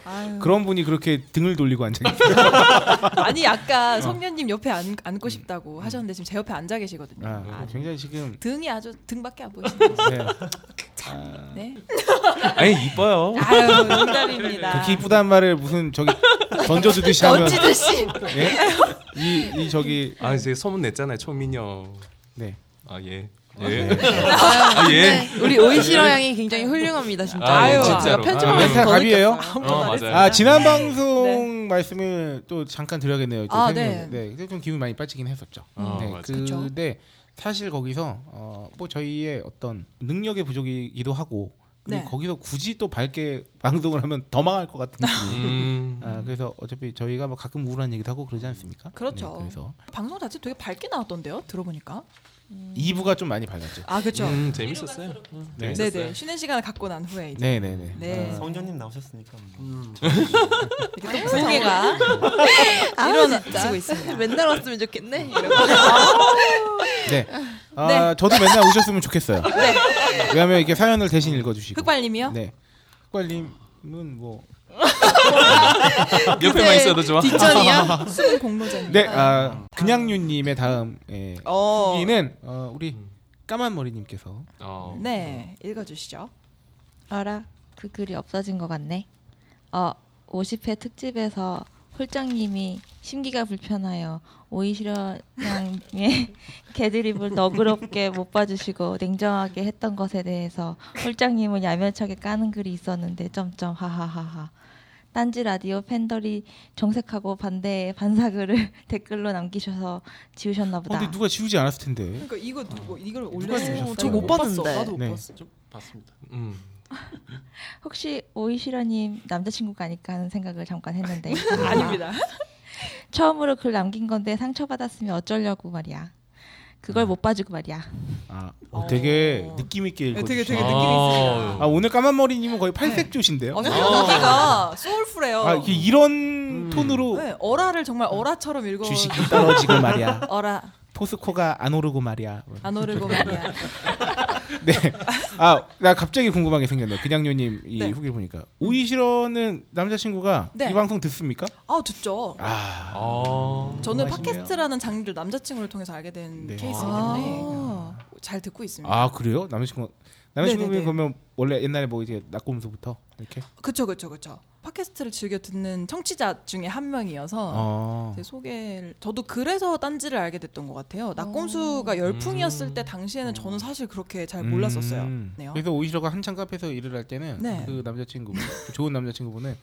Speaker 5: 아유.
Speaker 4: 그런 분이 그렇게 등을 돌리고 앉아 계세요.
Speaker 5: [laughs]
Speaker 4: 어.
Speaker 5: 아니 아까 성년님 옆에 안, 앉고 싶다고
Speaker 4: 음.
Speaker 5: 하셨는데 지금 제 옆에 앉아 계시거든요.
Speaker 4: 아, 굉장히 지금
Speaker 5: 등이 아주 등밖에 안 아, 보이시네요.
Speaker 4: 네. 아. [laughs]
Speaker 5: 네.
Speaker 6: 아니 이뻐요.
Speaker 5: 아유 농담입니다.
Speaker 4: 그렇게 이쁘단 말을 무슨 저기 던져주듯이 하면
Speaker 5: 던지듯이.
Speaker 4: 예? 이, 이 저기
Speaker 6: 아 이제 소문 냈잖아요 초민영.
Speaker 4: 네.
Speaker 6: 아 예. 예.
Speaker 7: 아,
Speaker 6: 아 예.
Speaker 7: 네. 우리 오이시러 양이 굉장히 훌륭합니다, 진짜.
Speaker 6: 아, 예,
Speaker 7: 아유,
Speaker 6: 진짜로.
Speaker 7: 제가
Speaker 6: 아,
Speaker 7: 편집하면서
Speaker 4: 멘탈
Speaker 7: 더
Speaker 4: 갑이에요?
Speaker 7: 느꼈어요.
Speaker 6: 어 맞아요.
Speaker 4: 아 지난 방송 말씀을 또 잠깐 드려야겠네요. 이제
Speaker 7: 아,
Speaker 4: 생각나는데.
Speaker 7: 네.
Speaker 4: 네. 그래서 좀 기분 이 많이 빠지긴 했었죠.
Speaker 6: 아,
Speaker 4: 네,
Speaker 6: 맞아요.
Speaker 4: 근데 사실 거기서 어, 뭐 저희의 어떤 능력의 부족이기도 하고 그리고
Speaker 5: 네.
Speaker 4: 거기서 굳이 또 밝게 [laughs] 방송을 하면 더 망할 것 같은 느낌.
Speaker 6: 음.
Speaker 4: 아, 그래서 어차피 저희가 뭐 가끔 우울한 얘기도 하고 그러지 않습니까?
Speaker 5: 그렇죠.
Speaker 4: 네, 그래서
Speaker 5: 방송 자체 되게 밝게 나왔던데요. 들어보니까.
Speaker 4: 2부가 좀 음. 많이 밝았죠.
Speaker 5: 아 그렇죠.
Speaker 6: 음, 재밌었어요. 음,
Speaker 4: 네.
Speaker 6: 재밌었어요.
Speaker 5: 네네 쉬는 시간을 갖고 난 후에 이제
Speaker 4: 네, 네, 네.
Speaker 5: 네. 음.
Speaker 8: 성전님 나오셨으니까 뭐.
Speaker 5: 이렇게 또
Speaker 4: 아,
Speaker 5: 부흥회가 일어나고 있습니다.
Speaker 7: 아, 맨날 왔으면 [laughs] 좋겠네.
Speaker 4: [laughs] 네. 아, 저도 맨날 오셨으면 좋겠어요. 왜냐하면 이렇게 사연을 대신 읽어주시고.
Speaker 5: 네. 흑발님이요?
Speaker 4: 네. 흑발님은 뭐.
Speaker 6: 옆에만 있어도 좋아.
Speaker 7: 뒷전이야?
Speaker 6: [laughs]
Speaker 5: 네. 숨은
Speaker 4: [laughs]
Speaker 5: 공로자입니다.
Speaker 4: 네. 아, 그냥유님의 다음 예,
Speaker 7: 어.
Speaker 4: 후기는 어, 우리 까만 머리님께서.
Speaker 6: 어.
Speaker 5: 네 읽어주시죠.
Speaker 12: 알아. 그 글이 없어진 것 같네. 어, 50회 특집에서 홀장님이 심기가 불편하여 오이시러 양의 [laughs] 개드립을 너그럽게 못 봐주시고 냉정하게 했던 것에 대해서 홀장님은 야멸차게 까는 글이 있었는데 점점 하하하하. 딴지 라디오 팬들이 정색하고 반대의 반사글을 [laughs] 댓글로 남기셔서 지우셨나
Speaker 4: 어, 근데
Speaker 12: 보다.
Speaker 4: 누가 지우지 않았을 텐데.
Speaker 5: 그러니까 이거 누구 이걸
Speaker 4: 쓰셨어요?
Speaker 5: 올려주셨어요?
Speaker 4: 저못
Speaker 7: 봤는데.
Speaker 5: 봤어. 나도 못
Speaker 4: 네.
Speaker 5: 봤어.
Speaker 9: 좀 봤습니다.
Speaker 6: 음.
Speaker 12: 혹시 오이시러님 남자친구가 아닐까 하는 생각을 잠깐 [laughs] 했는데
Speaker 5: 아닙니다.
Speaker 12: 처음으로 글 남긴 건데 상처받았으면 어쩌려고 말이야.
Speaker 5: 음.
Speaker 12: 그걸 못 봐주고 말이야.
Speaker 4: 아, 어, 되게
Speaker 5: 어.
Speaker 4: 느낌 있게
Speaker 5: 네,
Speaker 4: 읽어.
Speaker 5: 되게 되게
Speaker 6: 아.
Speaker 5: 느낌이 있습니다.
Speaker 4: 아 오늘 까만 머리님은 거의 팔색 조신데요.
Speaker 5: 어, 여기가 소울풀해요.
Speaker 4: 아 이게 이런
Speaker 6: 음.
Speaker 4: 톤으로
Speaker 5: 네, 어라를 정말 어라처럼 읽어.
Speaker 4: 주식이 떨어지고 말이야.
Speaker 5: [laughs] 어라
Speaker 4: 포스코가 안 오르고 말이야.
Speaker 5: 안 오르고 말이야.
Speaker 4: [laughs] 네. 아, 나 갑자기 궁금한 게 생겼네. 그냥요님 이
Speaker 5: 네.
Speaker 4: 후기를 보니까 오이시러는 남자친구가
Speaker 5: 네.
Speaker 4: 이 방송 듣습니까?
Speaker 5: 아 듣죠.
Speaker 4: 아,
Speaker 6: 어.
Speaker 5: 저는
Speaker 4: 뭐 궁금하시네요.
Speaker 5: 팟캐스트라는 장르를 남자친구를 통해서 알게 된
Speaker 4: 네.
Speaker 5: 케이스이기 때문에
Speaker 7: 아.
Speaker 5: 잘 듣고 있습니다.
Speaker 4: 아 그래요? 남자친구 남자친구
Speaker 5: 네네네.
Speaker 4: 그러면 원래 옛날에 뭐 이제 낙곰수부터 이렇게
Speaker 5: 그쵸 그쵸 그쵸. 팟캐스트를 즐겨 듣는 청취자 중에 한 명이어서
Speaker 4: 어.
Speaker 5: 제 소개를 저도 그래서 딴지를 알게 됐던 것 같아요.
Speaker 4: 어. 음.
Speaker 5: 낙곰수가 열풍이었을 때 당시에는 저는 사실 그렇게 잘 몰랐었어요.
Speaker 4: 음.
Speaker 5: 네요.
Speaker 4: 그래서 오이시러가 한창 카페에서 일을 할 때는
Speaker 5: 네.
Speaker 4: 그 남자친구 그 좋은 남자친구분은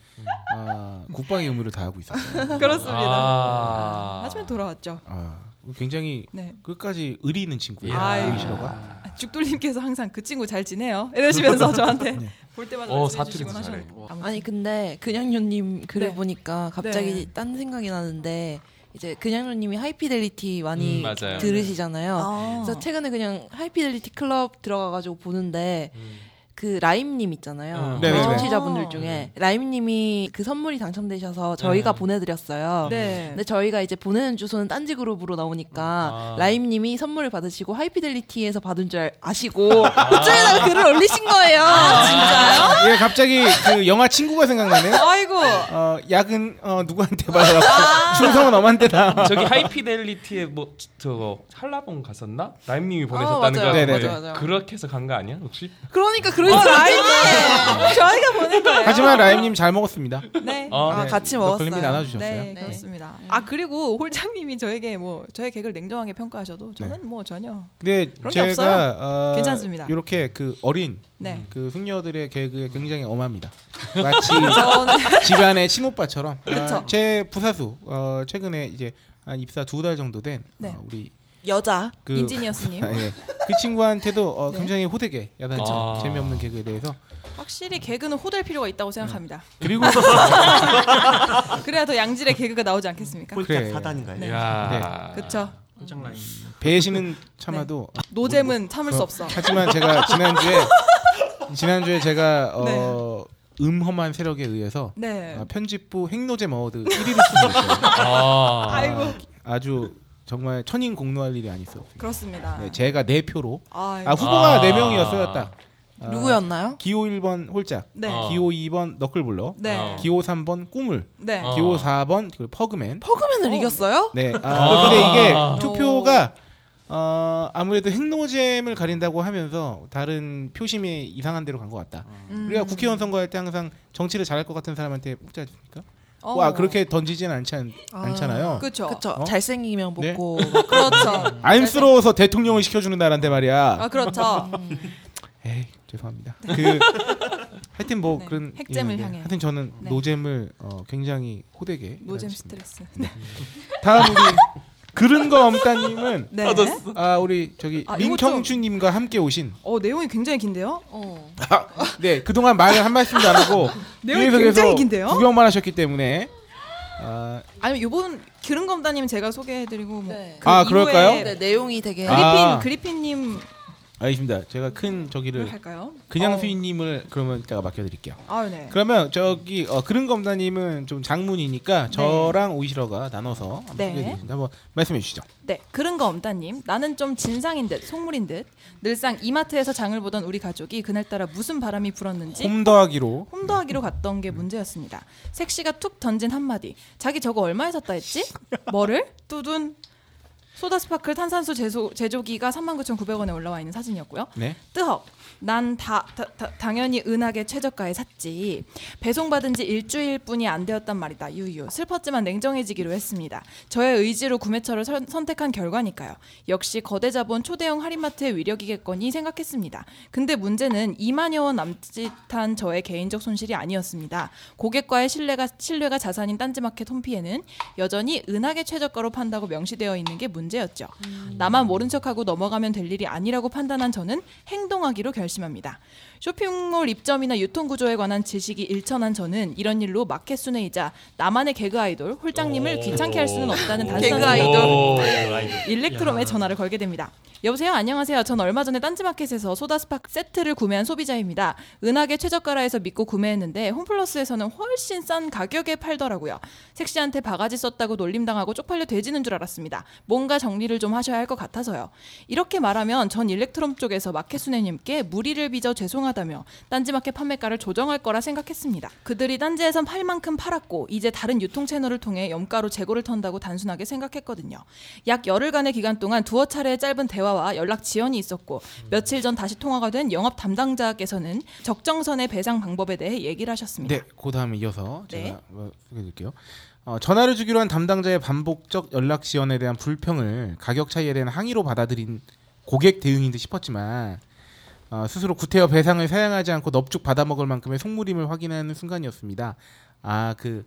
Speaker 4: 아, 국방의 의무를 다하고 있었어요.
Speaker 5: [laughs] [laughs] 그렇습니다.
Speaker 4: 아.
Speaker 5: 하지만 돌아왔죠.
Speaker 4: 아, 굉장히
Speaker 5: 네.
Speaker 4: 끝까지 의리 있는 친구예요.
Speaker 5: 아이고.
Speaker 4: 오이시러가.
Speaker 5: 아, 죽돌님께서 항상 그 친구 잘 지내요 이러시면서 저한테
Speaker 4: 네.
Speaker 5: 볼 때마다
Speaker 4: 어,
Speaker 5: 말씀해
Speaker 4: 사투리도
Speaker 5: 주시곤
Speaker 4: 잘해.
Speaker 5: 하셨는데 아무튼.
Speaker 7: 아니 근데 그냥요님 글을 보니까 갑자기
Speaker 5: 네.
Speaker 7: 딴 생각이 나는데 이제 그냥요님이 하이피델리티
Speaker 13: 음,
Speaker 7: 많이
Speaker 13: 맞아요.
Speaker 7: 들으시잖아요.
Speaker 13: 아.
Speaker 7: 그래서 최근에 그냥 하이피델리티 클럽 들어가가지고 보는데 그 라임님 있잖아요.
Speaker 13: 음.
Speaker 7: 저희
Speaker 13: 네네네.
Speaker 7: 청취자분들 중에 라임님이 그 선물이 당첨되셔서 저희가
Speaker 13: 네.
Speaker 7: 보내드렸어요.
Speaker 13: 네.
Speaker 7: 근데 저희가 이제 보내는 주소는 딴지 그룹으로 나오니까
Speaker 13: 아.
Speaker 7: 라임님이 선물을 받으시고 하이피델리티에서 받은 줄 알- 아시고 [laughs] 그쪽에다가 글을 올리신 거예요. 진짜요?
Speaker 4: 예, 갑자기 그 영화 친구가 생각나네요.
Speaker 5: 아, 아이고.
Speaker 4: 어, 약은 어, 누구한테 받아라. 충성은 엄한테다.
Speaker 6: 음, 저기 하이피델리티에 뭐 저거 한라봉 갔었나? 라임님이 보내셨다는
Speaker 4: 어,
Speaker 7: 아,
Speaker 6: 거
Speaker 7: 맞아요.
Speaker 6: 같은데
Speaker 4: 네,
Speaker 7: 맞아요, 맞아요.
Speaker 6: 그렇게 해서 간 거 아니야 혹시?
Speaker 7: 그러니까 그럴 줄 알았네. 저희가 보낸 거예요.
Speaker 4: 하지만 라임님 잘 먹었습니다.
Speaker 5: 네.
Speaker 4: 어,
Speaker 7: 아,
Speaker 4: 네.
Speaker 7: 같이
Speaker 4: 너클님이
Speaker 7: 먹었어요.
Speaker 4: 나눠주셨어요.
Speaker 5: 네, 그렇습니다. 아 그리고 홀장님이 저에게 뭐 저의 개그를 냉정하게 평가하셔도 저는 뭐 전혀
Speaker 4: 네. 근데
Speaker 5: 그런 게 없어요.
Speaker 4: 제가
Speaker 5: 괜찮습니다.
Speaker 4: 이렇게 그 어린
Speaker 5: 네.
Speaker 4: 그 숙녀들의 개그에 굉장히
Speaker 5: [laughs]
Speaker 4: 엄합니다. 마치
Speaker 5: 저는-
Speaker 4: 집안의 친오빠처럼.
Speaker 7: 그쵸.
Speaker 4: 아, 제 부사수 어, 최근에 이제 한 입사 두 달 정도 된
Speaker 7: 네.
Speaker 4: 어, 우리
Speaker 7: 여자
Speaker 4: 그-
Speaker 7: 인지니어
Speaker 4: [laughs]
Speaker 7: 스님.
Speaker 4: 아, 예. 그 친구한테도 어,
Speaker 5: 네.
Speaker 4: 굉장히 호되게 약간
Speaker 5: 그쵸.
Speaker 4: 좀
Speaker 5: 아.
Speaker 4: 재미없는 개그에 대해서
Speaker 5: 확실히 개그는 호될 필요가 있다고 생각합니다.
Speaker 4: 네. 그리고
Speaker 5: [laughs] 그래야 더 양질의 개그가 나오지 않겠습니까?
Speaker 4: 그래.
Speaker 5: 네.
Speaker 4: 야.
Speaker 5: 그쵸.
Speaker 4: 배신은 참아도
Speaker 5: 네. 노잼은 참을 수
Speaker 4: 어,
Speaker 5: 없어.
Speaker 4: 하지만 제가
Speaker 5: [laughs]
Speaker 4: 지난주에 지난주에 제가 어, 음험한 세력에 의해서
Speaker 5: 네.
Speaker 4: 어, 편집부 행노잼 어워드 1위를 수상했어요.
Speaker 6: [laughs] 아.
Speaker 5: 아이고.
Speaker 4: 아주 정말 천인 공노할 일이 아니었습니다.
Speaker 5: 그렇습니다.
Speaker 4: 네, 제가 네 표로 아,
Speaker 5: 아이고.
Speaker 4: 후보가
Speaker 6: 아.
Speaker 4: 네 명이었어요, 딱. 아,
Speaker 7: 누구였나요?
Speaker 4: 기호 1번 홀짝,
Speaker 7: 네.
Speaker 6: 아.
Speaker 4: 기호 2번 너클블러,
Speaker 7: 네.
Speaker 4: 기호 3번 꿈을,
Speaker 7: 네.
Speaker 6: 아.
Speaker 4: 기호 4번 그 퍼그맨,
Speaker 7: 퍼그맨을 이겼어요?
Speaker 4: 네. 아,
Speaker 7: 아.
Speaker 4: 근데 이게
Speaker 7: 아.
Speaker 4: 투표가 그러니까, 어, 아무래도 핵노잼을 가린다고 하면서 다른 표심이 이상한 데로 간 것 같다.
Speaker 5: 음.
Speaker 4: 우리가 국회의원 선거할 때 항상 정치를 잘할 것 같은 사람한테 뽑지 않습니까?
Speaker 7: 어.
Speaker 4: 와 그렇게 던지진 않지 않, 않잖아요.
Speaker 7: 그렇죠. 잘생기면
Speaker 4: 네. [laughs]
Speaker 7: 먹고 그렇죠.
Speaker 4: 안쓰러워서 대통령을 시켜주는 나라인데 말이야. 음.
Speaker 5: 아 그렇죠.
Speaker 4: 에이 죄송합니다.
Speaker 5: 네.
Speaker 4: 그 하여튼 뭐 그런
Speaker 5: 핵잼을
Speaker 4: 이야기.
Speaker 5: 향해.
Speaker 4: 하여튼 저는
Speaker 5: 네.
Speaker 4: 노잼을 어, 굉장히 호되게
Speaker 5: 노잼 스트레스. 네.
Speaker 4: 다음 우리 그른거 엄따님은
Speaker 5: 네.
Speaker 4: 얻었어. 아 우리 저기
Speaker 5: 아, 이거 좀-
Speaker 4: 민경준님과 함께 오신
Speaker 5: 어 내용이 굉장히 긴데요. 어.
Speaker 4: 아, 네 그동안 말을 한 말씀도 안 하고
Speaker 5: 내용이
Speaker 4: 계속해서
Speaker 5: 굉장히 긴데요?
Speaker 4: 구경만 하셨기 때문에 아,
Speaker 5: 아니 요번 기름검다님 제가 소개해드리고 뭐. 그
Speaker 4: 아,
Speaker 5: 이후에
Speaker 4: 그럴까요?
Speaker 7: 네, 내용이 되게
Speaker 5: 그리핀
Speaker 4: 아.
Speaker 5: 그리핀님
Speaker 4: 알겠습니다 제가 큰 저기를
Speaker 5: 할까요?
Speaker 4: 그냥
Speaker 5: 어.
Speaker 4: 수인님을 그러면 이따가 맡겨드릴게요
Speaker 5: 아 네.
Speaker 4: 그러면 저기 어, 그른검다님은 좀 장문이니까 저랑 오이시러가 나눠서 한번
Speaker 5: 네.
Speaker 4: 소개해드리겠습니다 한번 말씀해 주시죠
Speaker 5: 네, 그런 거 엄따님. 나는 좀 진상인 듯, 속물인 듯. 늘상 이마트에서 장을 보던 우리 가족이 그날따라 무슨 바람이 불었는지
Speaker 4: 홈더하기로
Speaker 5: 홈더하기로 갔던 게 문제였습니다. 색시가 툭 던진 한마디. 자기 저거 얼마에 샀다 했지? 뭐를? 뚜둔. 소다스파클 탄산수 제조, 제조기가 39,900원에 올라와 있는 사진이었고요.
Speaker 4: 네.
Speaker 5: 뜨헉. 난 다, 다- 다- 당연히 은하계 최저가에 샀지. 배송받은 지 일주일뿐이 안 되었단 말이다. 유유. 슬펐지만 냉정해지기로 했습니다. 저의 의지로 구매처를 선, 선택한 결과니까요. 역시 거대 자본 초대형 할인마트의 위력이겠거니 생각했습니다. 근데 문제는 2만여 원 남짓한 저의 개인적 손실이 아니었습니다. 고객과의 신뢰가 신뢰가 자산인 딴지마켓 홈피에는 여전히 은하계 최저가로 판다고 명시되어 있는 게 문제였죠. 나만 모른 척하고 넘어가면 될 일이 아니라고 판단한 저는 행동하기로 결심합니다. 쇼핑몰 입점이나 유통 구조에 관한 지식이 일천한 저는 이런 일로 마켓 순회이자 나만의 개그 아이돌 홀장님을 귀찮게 할 수는 없다는 단순한
Speaker 7: 개그 아이돌.
Speaker 5: 생각으로
Speaker 13: 네.
Speaker 7: 개그 아이돌.
Speaker 5: 일렉트롬에 전화를 걸게 됩니다. 여보세요, 안녕하세요. 전 얼마 전에 딴지마켓에서 소다스파크 세트를 구매한 소비자입니다. 은하계 최저가라에서 믿고 구매했는데 홈플러스에서는 훨씬 싼 가격에 팔더라고요. 섹시한테 바가지 썼다고 놀림당하고 쪽팔려 돼지는 줄 알았습니다. 뭔가 정리를 좀 하셔야 할 것 같아서요. 이렇게 말하면 전 일렉트롬 쪽에서 마켓순애님께 무리를 빚어 죄송하다며 딴지마켓 판매가를 조정할 거라 생각했습니다. 그들이 딴지에선 팔 만큼 팔았고 이제 다른 유통 채널을 통해 염가로 재고를 턴다고 단순하게 생각했거든요. 약 열흘간의 기간 동안 두어 차례의 짧은 대화와 연락 지연이 있었고 며칠 전 다시 통화가 된 영업 담당자께서는 적정선의 배상 방법에 대해 얘기를 하셨습니다.
Speaker 4: 네, 그 다음에 이어서 제가
Speaker 5: 네.
Speaker 4: 뭐 소개해드릴게요. 어, 전화를 주기로 한 담당자의 반복적 연락 지연에 대한 불평을 가격 차이에 대한 항의로 받아들인 고객 대응인 듯 싶었지만 어, 스스로 구태여 배상을 사양하지 않고 넙죽 받아먹을 만큼의 속물임을 확인하는 순간이었습니다. 아 그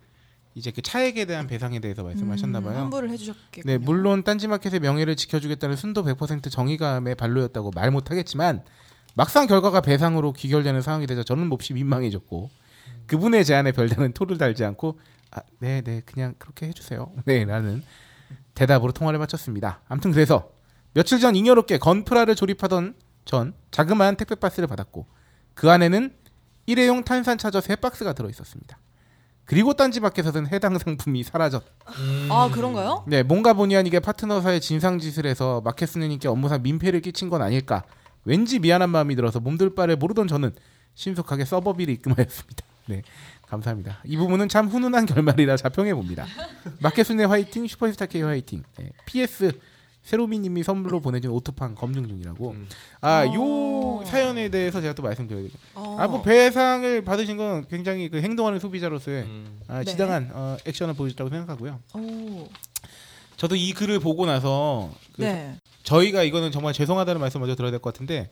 Speaker 4: 이제 그 차액에 대한 배상에 대해서 말씀하셨나봐요.
Speaker 5: 음, 환불을 해주셨겠군요.
Speaker 4: 네, 물론 딴지마켓의 명예를 지켜주겠다는 순도 100% 정의감의 발로였다고 말 못하겠지만 막상 결과가 배상으로 귀결되는 상황이 되자 저는 몹시 민망해졌고 그분의 제안에 별다른 토를 달지 않고 아, 네, 네, 그냥 그렇게 해주세요. [laughs] 네, 라는 대답으로 통화를 마쳤습니다. 암튼 그래서 며칠 전 잉여롭게 건프라를 조립하던 전 자그마한 택배 박스를 받았고 그 안에는 일회용 탄산 차저 세 박스가 들어 있었습니다. 그리고 딴지마켓에서는 해당 상품이 사라졌.
Speaker 5: 아 그런가요?
Speaker 4: 네, 뭔가 보니 아니게 파트너사의 진상짓을 해서 마켓스님께 업무상 민폐를 끼친 건 아닐까. 왠지 미안한 마음이 들어서 몸둘 바를 모르던 저는 신속하게 서버비를 입금하였습니다. [laughs] 네, 감사합니다. 이 부분은 참 훈훈한 결말이라 자평해 봅니다. 마켓스님 화이팅, 슈퍼스타 K 화이팅. 네, PS 세로미님이 선물로 보내준 오토판 검증 중이라고. 아, 요 사연에 대해서 제가 또 말씀드려야 되죠.
Speaker 5: 어.
Speaker 4: 아, 뭐 배상을 받으신 건 굉장히 그 행동하는 소비자로서의 아,
Speaker 5: 네.
Speaker 4: 지당한 어, 액션을 보여줬다고 생각하고요.
Speaker 5: 오.
Speaker 4: 저도 이 글을 보고 나서 그
Speaker 5: 네.
Speaker 4: 저희가 이거는 정말 죄송하다는 말씀 먼저 들어야 될 것 같은데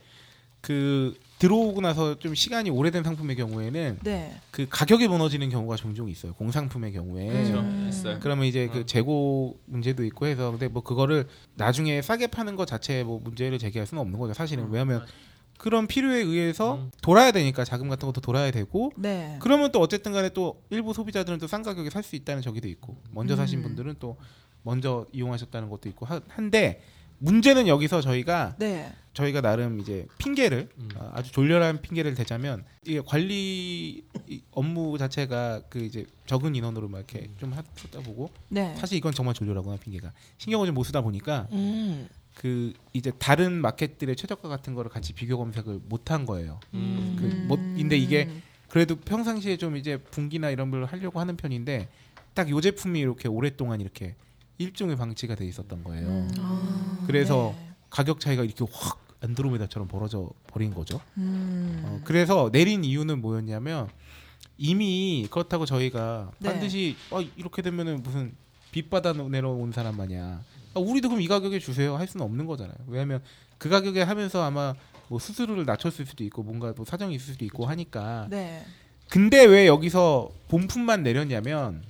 Speaker 4: 그 들어오고 나서 좀 시간이 오래된 상품의 경우에는
Speaker 5: 네.
Speaker 4: 그 가격이 무너지는 경우가 종종 있어요. 공상품의 경우에.
Speaker 6: 그렇죠. 음. 있어요.
Speaker 4: 그러면 이제 그 재고 문제도 있고 해서 근데 뭐 그거를 나중에 싸게 파는 것 자체에 뭐 문제를 제기할 수는 없는 거죠. 사실은
Speaker 6: 음.
Speaker 4: 왜냐하면 그런 필요에 의해서 돌아야 되니까 자금 같은 것도 돌아야 되고
Speaker 5: 네.
Speaker 4: 그러면 또 어쨌든 간에 또 일부 소비자들은 또 싼 가격에 살 수 있다는 저기도 있고 먼저 사신
Speaker 5: 음.
Speaker 4: 분들은 또 먼저 이용하셨다는 것도 있고 하- 한데 문제는 여기서 저희가
Speaker 5: 네.
Speaker 4: 저희가 나름 이제 핑계를 아, 아주 졸렬한 핑계를 대자면 이게 관리 이 업무 자체가 그 이제 적은 인원으로 막 이렇게 좀 하다 보고
Speaker 5: 네.
Speaker 4: 사실 이건 정말 졸렬하구나 핑계가 신경을 좀 못 쓰다 보니까
Speaker 5: 음.
Speaker 4: 그 이제 다른 마켓들의 최저가 같은 거를 같이 비교 검색을 못 한 거예요. 그 뭐, 근데 이게 그래도 평상시에 좀 이제 분기나 이런 걸 하려고 하는 편인데 딱 요 제품이 이렇게 오랫동안 이렇게 일종의 방치가 돼 있었던 거예요. 그래서 가격 차이가 이렇게 확 안드로메다처럼 벌어져 버린 거죠. 어, 그래서 내린 이유는 뭐였냐면 이미 그렇다고 저희가
Speaker 5: 네.
Speaker 4: 반드시 어, 이렇게 되면은 무슨 빚 받아 내려온 사람 마냥 아, 우리도 그럼 이 가격에 주세요 할 수는 없는 거잖아요. 왜냐하면 그 가격에 하면서 아마 뭐 수수료를 낮췄을 수도 있고 뭔가 뭐 사정이 있을 수도 있고 하니까
Speaker 5: 네.
Speaker 4: 근데 왜 여기서 본품만 내렸냐면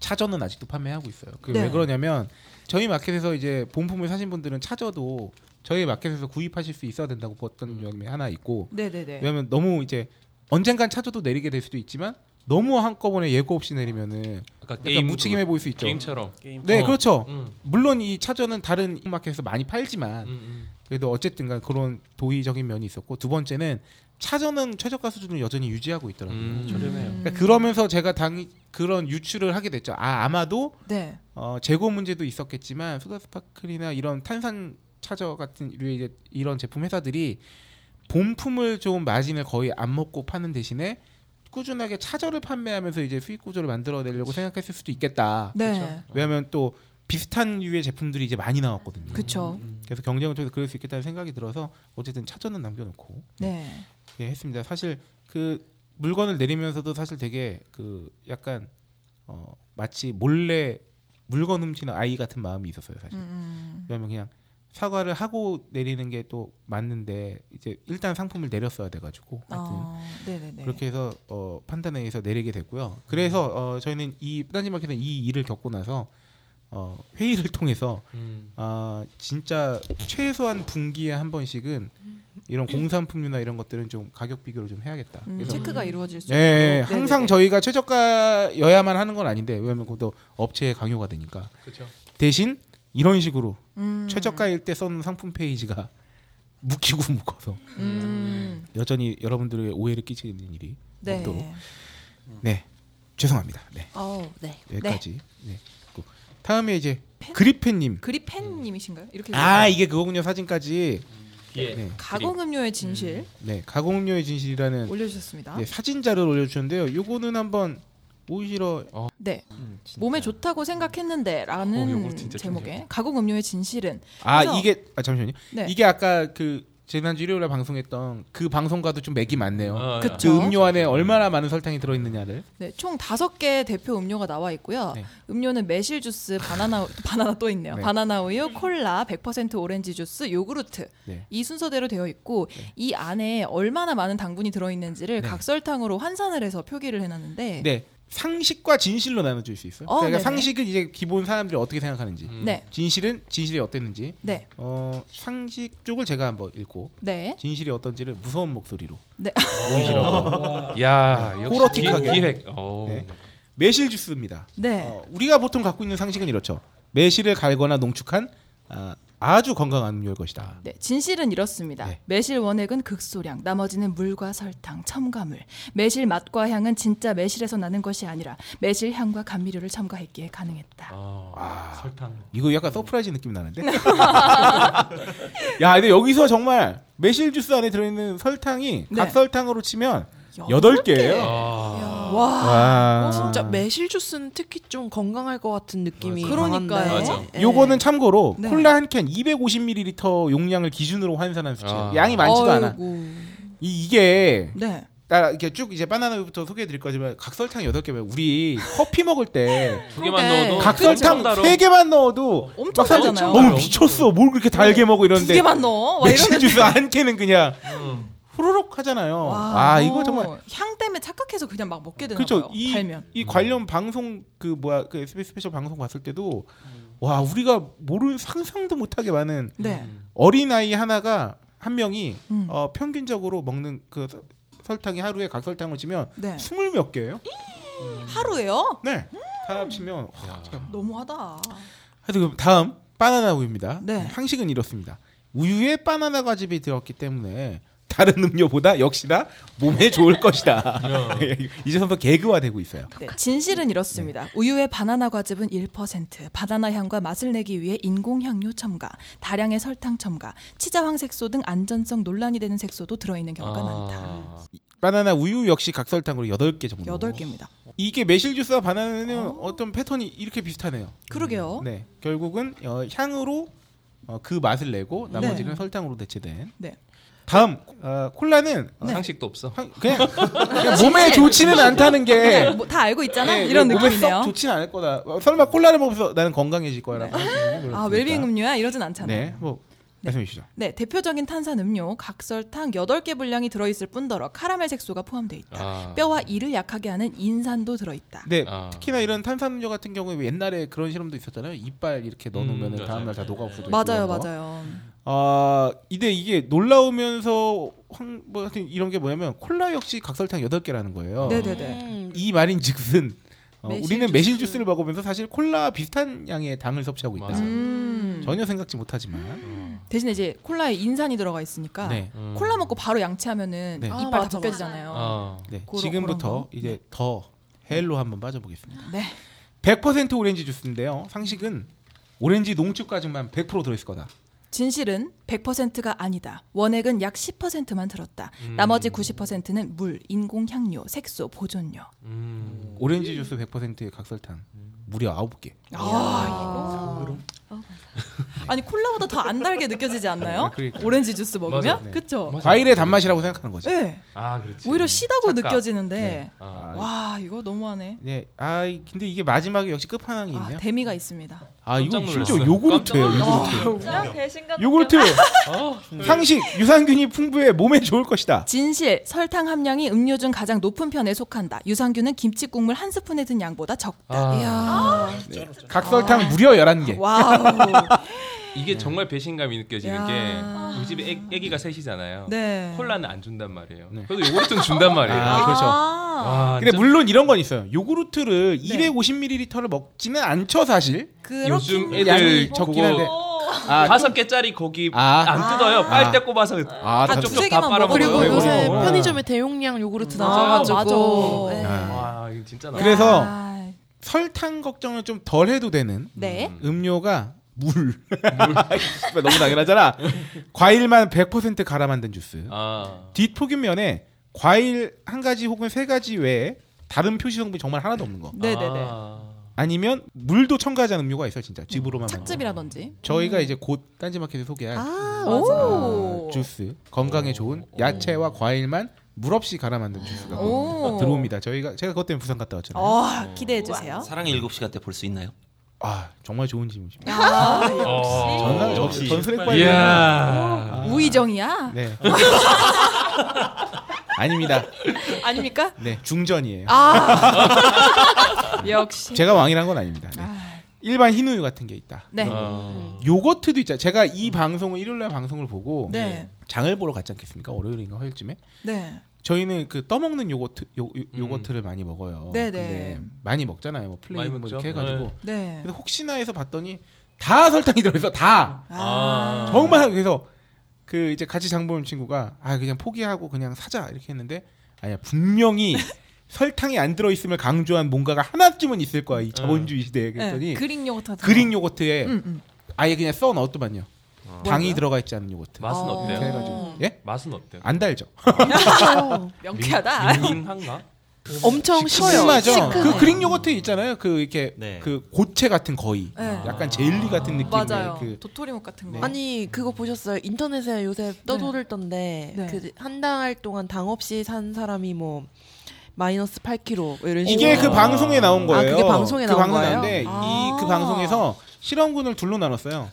Speaker 4: 차저는 아직도 판매하고 있어요. 그 왜
Speaker 6: 네.
Speaker 4: 그러냐면 저희 마켓에서 이제 본품을 사신 분들은 차저도 저희 마켓에서 구입하실 수 있어야 된다고 봤던 점이 하나 있고
Speaker 5: 네네네.
Speaker 4: 왜냐면 너무 이제 언젠간 차저도 내리게 될 수도 있지만 너무 한꺼번에 예고 없이 내리면은 약간
Speaker 6: 게임
Speaker 4: 무책임해 보일 수 있죠.
Speaker 6: 게임처럼. 게임.
Speaker 4: 네,
Speaker 6: 어.
Speaker 4: 그렇죠.
Speaker 6: 음.
Speaker 4: 물론 이 차저는 다른 마켓에서 많이
Speaker 9: 음,
Speaker 4: 팔지만 그래도 어쨌든간 그런 도의적인 면이 있었고 두 번째는 차저는 최저가 수준을 여전히 유지하고 있더라고요.
Speaker 9: 음, 저렴해요.
Speaker 4: 그러니까 그러면서 제가 당 그런 유추를 하게 됐죠. 아 아마도
Speaker 5: 네.
Speaker 4: 어, 재고 문제도 있었겠지만 수가 스파클이나 이런 탄산 차저 같은 류의 이제 이런 제품 회사들이 본품을 좀 마진을 거의 안 먹고 파는 대신에 꾸준하게 차저를 판매하면서 이제 수익 구조를 만들어내려고 생각했을 수도 있겠다.
Speaker 5: 네. 그렇죠.
Speaker 4: 아, 왜냐하면 또 비슷한 류의 제품들이 이제 많이 나왔거든요.
Speaker 5: 그쵸.
Speaker 4: 그래서 경쟁을 통해서 그럴 수 있겠다는 생각이 들어서 어쨌든 차저는 남겨놓고
Speaker 5: 네.
Speaker 4: 예, 했습니다. 사실 그 물건을 내리면서도 사실 되게 그 약간 어, 마치 몰래 물건 훔치는 아이 같은 마음이 있었어요, 사실. 왜냐면 그냥 사과를 하고 내리는 게 또 맞는데 이제 일단 상품을 내렸어야 돼 가지고 하여튼
Speaker 5: 어, 네네네.
Speaker 4: 그렇게 해서 어, 판단에 의해서 내리게 됐고요. 그래서
Speaker 6: 음.
Speaker 4: 어, 저희는 이 딴지마켓은 이 일을 겪고 나서 어, 회의를 [laughs] 통해서
Speaker 6: 음.
Speaker 4: 아, 진짜 최소한 분기에 한 번씩은 이런 공산품류나 이런 것들은 좀 가격 비교를 좀 해야겠다.
Speaker 5: 음,
Speaker 4: 그래서
Speaker 5: 체크가 이루어질 수
Speaker 4: 예,
Speaker 5: 있도록.
Speaker 4: 항상
Speaker 5: 네네네.
Speaker 4: 저희가 최저가여야만 하는 건 아닌데 왜냐면 그것도 업체의 강요가 되니까.
Speaker 6: 그쵸.
Speaker 4: 대신 이런 식으로
Speaker 5: 음.
Speaker 4: 최저가일 때 써놓은 상품 페이지가 [laughs] 묵히고 묶어서
Speaker 5: 음.
Speaker 4: 여전히 여러분들에게 오해를 끼치는 일이
Speaker 5: 네.
Speaker 4: 없도록 네 죄송합니다. 네
Speaker 7: 어, 네.
Speaker 4: 여기까지. 네. 그리고 다음에 이제
Speaker 5: 그리펜?
Speaker 4: 그리펜님.
Speaker 5: 그리펜님이신가요? 이렇게
Speaker 4: 아 이게 그거군요 사진까지. 네.
Speaker 5: 가공 음료의 진실
Speaker 4: 네, 가공료의 진실이라는
Speaker 5: 올려주셨습니다.
Speaker 4: 네, 사진 자료를 올려주셨는데요. 요거는 한번 어. 오시러
Speaker 5: 네. 몸에 좋다고
Speaker 4: 음, 어,
Speaker 5: 생각했는데라는
Speaker 4: 요거 진짜
Speaker 5: 제목의 가공 음료의 진실은
Speaker 4: 아
Speaker 5: 그래서
Speaker 4: 이게 아 잠시만요.
Speaker 5: 네.
Speaker 4: 이게 아까 그 지난주 일요일에 방송했던 그 방송과도 좀 맥이 맞네요.
Speaker 5: 아,
Speaker 4: 그
Speaker 5: 그쵸.
Speaker 4: 음료 안에 얼마나 많은 설탕이 들어있느냐를.
Speaker 5: 네, 총 다섯 개 대표 음료가 나와 있고요.
Speaker 4: 네.
Speaker 5: 음료는 매실 주스, 바나나 [laughs] 바나나 또 있네요.
Speaker 4: 네.
Speaker 5: 바나나 우유, 콜라, 100% 오렌지 주스, 요구르트.
Speaker 4: 네.
Speaker 5: 이 순서대로 되어 있고 이 안에 얼마나 많은 당분이 들어 있는지를
Speaker 4: 네.
Speaker 5: 각설탕으로 환산을 해서 표기를 해 놨는데
Speaker 4: 네. 상식과 진실로 나눠줄 수 있어요.
Speaker 5: 어,
Speaker 4: 그러니까
Speaker 5: 네네.
Speaker 4: 상식은 이제 기본 사람들이 어떻게 생각하는지,
Speaker 6: 음.
Speaker 5: 네.
Speaker 4: 진실은 진실이 어땠는지,
Speaker 5: 네.
Speaker 4: 어, 상식 쪽을 제가 한번 읽고,
Speaker 5: 네.
Speaker 4: 진실이 어떤지를 무서운 목소리로,
Speaker 5: 네.
Speaker 4: 오이시라고.
Speaker 6: 어. 야, 역시
Speaker 4: 호러틱하게
Speaker 6: 기- 기획. 어.
Speaker 4: 네. 매실 주스입니다.
Speaker 5: 네.
Speaker 4: 어, 우리가 보통 갖고 있는 상식은 이렇죠. 매실을 갈거나 농축한 아, 아주 건강한 음료일 것이다.
Speaker 5: 네, 진실은 이렇습니다.
Speaker 4: 네.
Speaker 5: 매실 원액은 극소량, 나머지는 물과 설탕, 첨가물. 매실 맛과 향은 진짜 매실에서 나는 것이 아니라 매실 향과 감미료를 첨가했기에 가능했다.
Speaker 6: 아, 설탕.
Speaker 4: 아. 이거 약간 서프라이즈 느낌 나는데? [laughs] 야, 근데 여기서 정말 매실 주스 안에 들어있는 설탕이
Speaker 7: 네.
Speaker 4: 각설탕으로 치면
Speaker 7: 여덟
Speaker 4: 여덟
Speaker 7: 개?
Speaker 4: 개예요.
Speaker 6: 아.
Speaker 7: 와, 어,
Speaker 4: 와.
Speaker 7: 진짜 매실 주스는 특히 좀 건강할 것 같은 느낌이 강한데. 예.
Speaker 4: 요거는 참고로
Speaker 7: 네.
Speaker 4: 콜라 한 캔 250ml 용량을 기준으로 환산한 수치.
Speaker 7: 아.
Speaker 4: 양이 많지도 않아.
Speaker 7: 아이고.
Speaker 4: 이, 이게
Speaker 5: 네.
Speaker 4: 따라 이렇게 쭉 이제 바나나부터 소개해 드릴 거지만 각설탕 8개면 우리 커피 먹을 때
Speaker 6: [laughs] 두 개만 넣어도 그
Speaker 4: 각설탕
Speaker 6: 엄청 달아.
Speaker 4: 3개만 넣어도
Speaker 5: 엄청
Speaker 4: 막 사람들
Speaker 5: 달잖아요. 네.
Speaker 4: 어우 미쳤어. 뭘 그렇게 달게 먹어 이러는데
Speaker 5: 두 개만 넣어? 와,
Speaker 4: 맥주
Speaker 5: 이러는데.
Speaker 4: 주스 한 캔은 그냥
Speaker 6: 음.
Speaker 4: 후루룩 하잖아요.
Speaker 5: 와,
Speaker 4: 아,
Speaker 5: 뭐
Speaker 4: 이거 정말
Speaker 5: 향 때문에 착각해서 그냥 막 먹게 되나
Speaker 4: 그렇죠.
Speaker 5: 봐요.
Speaker 4: 이,
Speaker 5: 발면.
Speaker 4: 이 관련 방송 그 뭐야 그 SBS 스페셜 방송 봤을 때도 와 우리가 모르는 상상도 못하게 많은
Speaker 5: 네.
Speaker 4: 어린 아이 하나가 한 명이
Speaker 5: 음.
Speaker 4: 어, 평균적으로 먹는 그 서- 설탕이 하루에 각설탕을 치면
Speaker 5: 네.
Speaker 4: 스물 몇 개예요?
Speaker 5: 하루에요? 음.
Speaker 4: 네. 다 합치면 와, 진짜.
Speaker 5: 너무하다.
Speaker 4: 하여튼 그 다음 바나나 우유입니다.
Speaker 5: 네.
Speaker 4: 향식은 이렇습니다. 우유에 바나나 과즙이 들었기 때문에 다른 음료보다 역시나 몸에 좋을 것이다. [laughs] 이제 선서 개그화되고 있어요.
Speaker 5: 네, 진실은 이렇습니다.
Speaker 4: 네.
Speaker 5: 우유의 바나나 과즙은 1%, 바나나 향과 맛을 내기 위해 인공 향료 첨가, 다량의 설탕 첨가, 치자 황색소 등 안전성 논란이 되는 색소도 들어있는
Speaker 6: 아.
Speaker 5: 경우가 많다.
Speaker 4: 바나나 우유 역시 각설탕으로 8개 정도.
Speaker 5: 여덟 개입니다.
Speaker 4: 이게 매실 주스와 바나나는 어. 떤 패턴이 이렇게 비슷하네요.
Speaker 5: 그러게요.
Speaker 4: 네. 결국은 어, 향으로 어, 그 맛을 내고 나머지는
Speaker 5: 네.
Speaker 4: 설탕으로 대체된.
Speaker 5: 네.
Speaker 4: 다음 어, 콜라는 어,
Speaker 6: 상식도 없어.
Speaker 5: [laughs]
Speaker 4: 그냥, 그냥 몸에 좋지는 않다는 게
Speaker 5: 네, 뭐다 알고 있잖아?
Speaker 4: 네,
Speaker 5: 이런
Speaker 4: 몸에
Speaker 5: 느낌이네요.
Speaker 4: 썩 좋지는 않을 거다. 어, 설마 콜라를 먹으면서 나는 건강해질 거라고.
Speaker 5: 아, 웰빙 음료야? 이러진 않잖아요.
Speaker 4: 네. 뭐 말씀해 주시죠.
Speaker 5: 네, 대표적인 탄산 음료 각설탕 8개 분량이 들어 있을 뿐더러 카라멜 색소가 포함돼 있다.
Speaker 4: 아.
Speaker 5: 뼈와 이를 약하게 하는 인산도 들어 있다.
Speaker 4: 네, 특히나 이런 탄산음료 같은 경우에 왜 옛날에 그런 실험도 있었잖아요. 이빨 이렇게 넣어놓으면
Speaker 5: 맞아요.
Speaker 4: 다음날 다 녹아오고.
Speaker 5: 맞아요, 맞아요.
Speaker 4: 아, 이데 이게 놀라우면서 황, 뭐 하여튼 이런 게 뭐냐면 콜라 역시 각설탕 8개라는 거예요.
Speaker 5: 네네네.
Speaker 4: 이 말인 즉슨 어,
Speaker 5: 매실
Speaker 4: 우리는 매실 주스를 먹으면서 사실 콜라 비슷한 양의 당을 섭취하고 있다.
Speaker 5: 음.
Speaker 4: 전혀 생각지 못하지만.
Speaker 5: 대신에 이제 콜라에 인산이 들어가 있으니까
Speaker 4: 네. 음.
Speaker 5: 콜라 먹고 바로 양치하면은
Speaker 4: 네. 아,
Speaker 5: 이빨 다 벗겨지잖아요.
Speaker 6: 어,
Speaker 4: 네,
Speaker 5: 고로-
Speaker 4: 지금부터
Speaker 5: 고런
Speaker 4: 이제 더 헬로 한번 빠져보겠습니다.
Speaker 5: 네.
Speaker 4: 100% 오렌지 주스인데요. 상식은 오렌지 농축 과즙만 100% 들어있을 거다.
Speaker 5: 진실은 100%가 아니다. 원액은 약 10%만 들었다.
Speaker 4: 음.
Speaker 5: 나머지 90%는 물, 인공 향료, 색소, 보존료.
Speaker 6: 음.
Speaker 4: 오렌지 주스 100%의 각설탕 무려 9개.
Speaker 5: 아, 이거. 아니 콜라보다 더 안 달게 느껴지지 않나요?
Speaker 4: 그러니까.
Speaker 5: 오렌지 주스 먹으면
Speaker 4: 맞아요.
Speaker 5: 그쵸?
Speaker 4: 과일의 단맛이라고 생각하는 거죠.
Speaker 5: 네.
Speaker 6: 아, 그렇지.
Speaker 5: 오히려 시다고
Speaker 4: 착각.
Speaker 5: 느껴지는데
Speaker 4: 네. 아.
Speaker 5: 와 이거 너무하네.
Speaker 4: 네. 아, 이- 근데 이게 마지막에 역시 끝판왕이
Speaker 5: 아,
Speaker 4: 있네요.
Speaker 5: 데미가 있습니다. 아.
Speaker 4: 아, 이거
Speaker 6: 깜짝
Speaker 4: 심지어
Speaker 6: 놀랐어요.
Speaker 4: 요구르트예요.
Speaker 5: 깜짝
Speaker 4: 요구르트.
Speaker 5: 놀랐어요. 진짜 배신감
Speaker 4: 요구르트. 아. 상식 유산균이 풍부해 몸에 좋을 것이다.
Speaker 5: 진실 설탕 함량이 음료 중 가장 높은 편에 속한다. 유산균은 김치 국물 한 스푼에 든 양보다 적다.
Speaker 6: 아.
Speaker 5: 이야.
Speaker 4: 네. 각설탕 무려 11개.
Speaker 5: 와우.
Speaker 6: [laughs] 이게 정말 배신감이 느껴지는
Speaker 5: 야.
Speaker 6: 게 우리 집에 애, 기가 셋이잖아요.
Speaker 5: 네.
Speaker 6: 콜라는 안 준단 말이에요. 그래도 요거트는 준단 말이에요.
Speaker 4: 네. 아, 그렇죠.
Speaker 6: 와,
Speaker 4: 근데
Speaker 6: 진짜
Speaker 4: 물론 이런 건 있어요. 요구르트를
Speaker 5: 네.
Speaker 4: 250ml를 먹지는 않죠, 사실.
Speaker 6: 요즘 애들
Speaker 4: 적긴 한데. 아,
Speaker 6: 다섯 개짜리 고기
Speaker 4: 아.
Speaker 6: 안 뜯어요.
Speaker 4: 아.
Speaker 6: 빨대 꼽아서
Speaker 4: 아, 다 네,
Speaker 6: 한쪽쪽
Speaker 4: 두세
Speaker 6: 다
Speaker 4: 개만
Speaker 6: 빨아먹어요.
Speaker 4: 먹어요. 그리고 요새
Speaker 6: 어.
Speaker 7: 편의점에 대용량 요구르트
Speaker 6: 아,
Speaker 5: 어.
Speaker 4: 네.
Speaker 7: 나와가지고
Speaker 5: 아,
Speaker 6: 맞아. 와, 이거 진짜 나.
Speaker 4: 그래서 설탕 걱정을 좀 덜 해도 되는
Speaker 5: 네.
Speaker 4: 음료가 물. [laughs] 너무 당연하잖아. 과일만 100% 갈아 만든 주스. 뒷포김면에 과일 한 가지 혹은 세 가지 외에 다른 표시 성분이 정말 하나도 없는 거.
Speaker 5: 네네네.
Speaker 4: 아니면 물도 첨가하는 음료가 있어 진짜 집으로만 만든.
Speaker 5: 찹즙이라든지. 음.
Speaker 4: 저희가 이제 곧 딴지마켓에 소개할
Speaker 5: 아,
Speaker 4: 어, 주스 건강에 좋은 야채와 과일만 물 없이 갈아 만든 주스가
Speaker 5: 오.
Speaker 4: 들어옵니다. 저희가 제가 그것 때문에 부산 갔다 왔잖아요.
Speaker 5: 어, 기대해 주세요.
Speaker 10: 사랑의 7시간 때 볼 수 있나요?
Speaker 4: 아 정말 좋은 질문입니다.
Speaker 5: 아,
Speaker 10: 어.
Speaker 4: 전날
Speaker 10: 역시.
Speaker 4: 전술핵발.
Speaker 10: 이야.
Speaker 5: 우이정이야?
Speaker 4: 네. [laughs] 아닙니다.
Speaker 5: 아닙니까?
Speaker 4: 네 중전이에요. [laughs]
Speaker 5: 아. 역시.
Speaker 4: 제가 왕이란 건 아닙니다. 네. 일반 흰 우유 같은 게 있다.
Speaker 5: 네.
Speaker 10: 아.
Speaker 4: 요거트도 있잖아. 제가 이 방송을 일요일날 방송을 보고
Speaker 5: 네.
Speaker 4: 장을 보러 갔지 않겠습니까? 월요일인가 화요일쯤에
Speaker 5: 네.
Speaker 4: 저희는 그 떠먹는 요거트 요,
Speaker 6: 음.
Speaker 4: 요, 거트를 많이 먹어요.
Speaker 5: 네네.
Speaker 4: 근데 많이 먹잖아요. 뭐 플레이
Speaker 6: 많이
Speaker 4: 뭐
Speaker 6: 먹죠.
Speaker 4: 이렇게 해가지고.
Speaker 5: 네.
Speaker 4: 근데 혹시나 해서 봤더니 다 설탕이 들어있어 다.
Speaker 6: 아.
Speaker 4: 정말 그래서 그 이제 같이 장 보는 친구가 아 그냥 포기하고 그냥 사자 이렇게 했는데 아니야
Speaker 5: [laughs]
Speaker 4: 분명히 설탕이 안 들어있음을 강조한 뭔가가 하나쯤은 있을 거야
Speaker 6: 네.
Speaker 4: 이 자본주의 시대에 그랬더니
Speaker 5: 네, 그릭 요거트 같은
Speaker 4: 그릭
Speaker 5: 거.
Speaker 4: 요거트에
Speaker 5: 음, 음.
Speaker 4: 아예 그냥 써 넣었더만요. 당이
Speaker 5: 뭐예요?
Speaker 4: 들어가 있지 않은 요거트.
Speaker 6: 아. 맛은
Speaker 4: 이렇게
Speaker 6: 어때요?
Speaker 4: 해가지고. 예?
Speaker 6: 맛은 어때요?
Speaker 4: 안 달죠.
Speaker 5: 어.
Speaker 4: [laughs]
Speaker 5: 명쾌하다.
Speaker 6: 밍밍한가?
Speaker 7: 엄청 쉬워요.
Speaker 4: 시큼하죠.
Speaker 7: 시큼해요.
Speaker 4: 그 그릭 요거트 있잖아요. 그 이렇게 그 고체 같은 거의 약간 젤리 같은 느낌의
Speaker 5: 네. 맞아요.
Speaker 4: 그
Speaker 5: 도토리묵 같은 거.
Speaker 7: 아니 그거 보셨어요? 인터넷에 요새 떠돌을 던데
Speaker 5: 네.
Speaker 7: 그 한 달 동안 당 없이 산 사람이 뭐 마이너스 8kg 이런
Speaker 4: 이게
Speaker 7: 식으로.
Speaker 4: 그 방송에 나온 거예요.
Speaker 7: 아 그게 방송에
Speaker 4: 그
Speaker 7: 나온
Speaker 4: 방송에
Speaker 7: 거예요?
Speaker 4: 나왔는데
Speaker 5: 아.
Speaker 4: 이 그 방송에서 실험군을 둘로 나눴어요.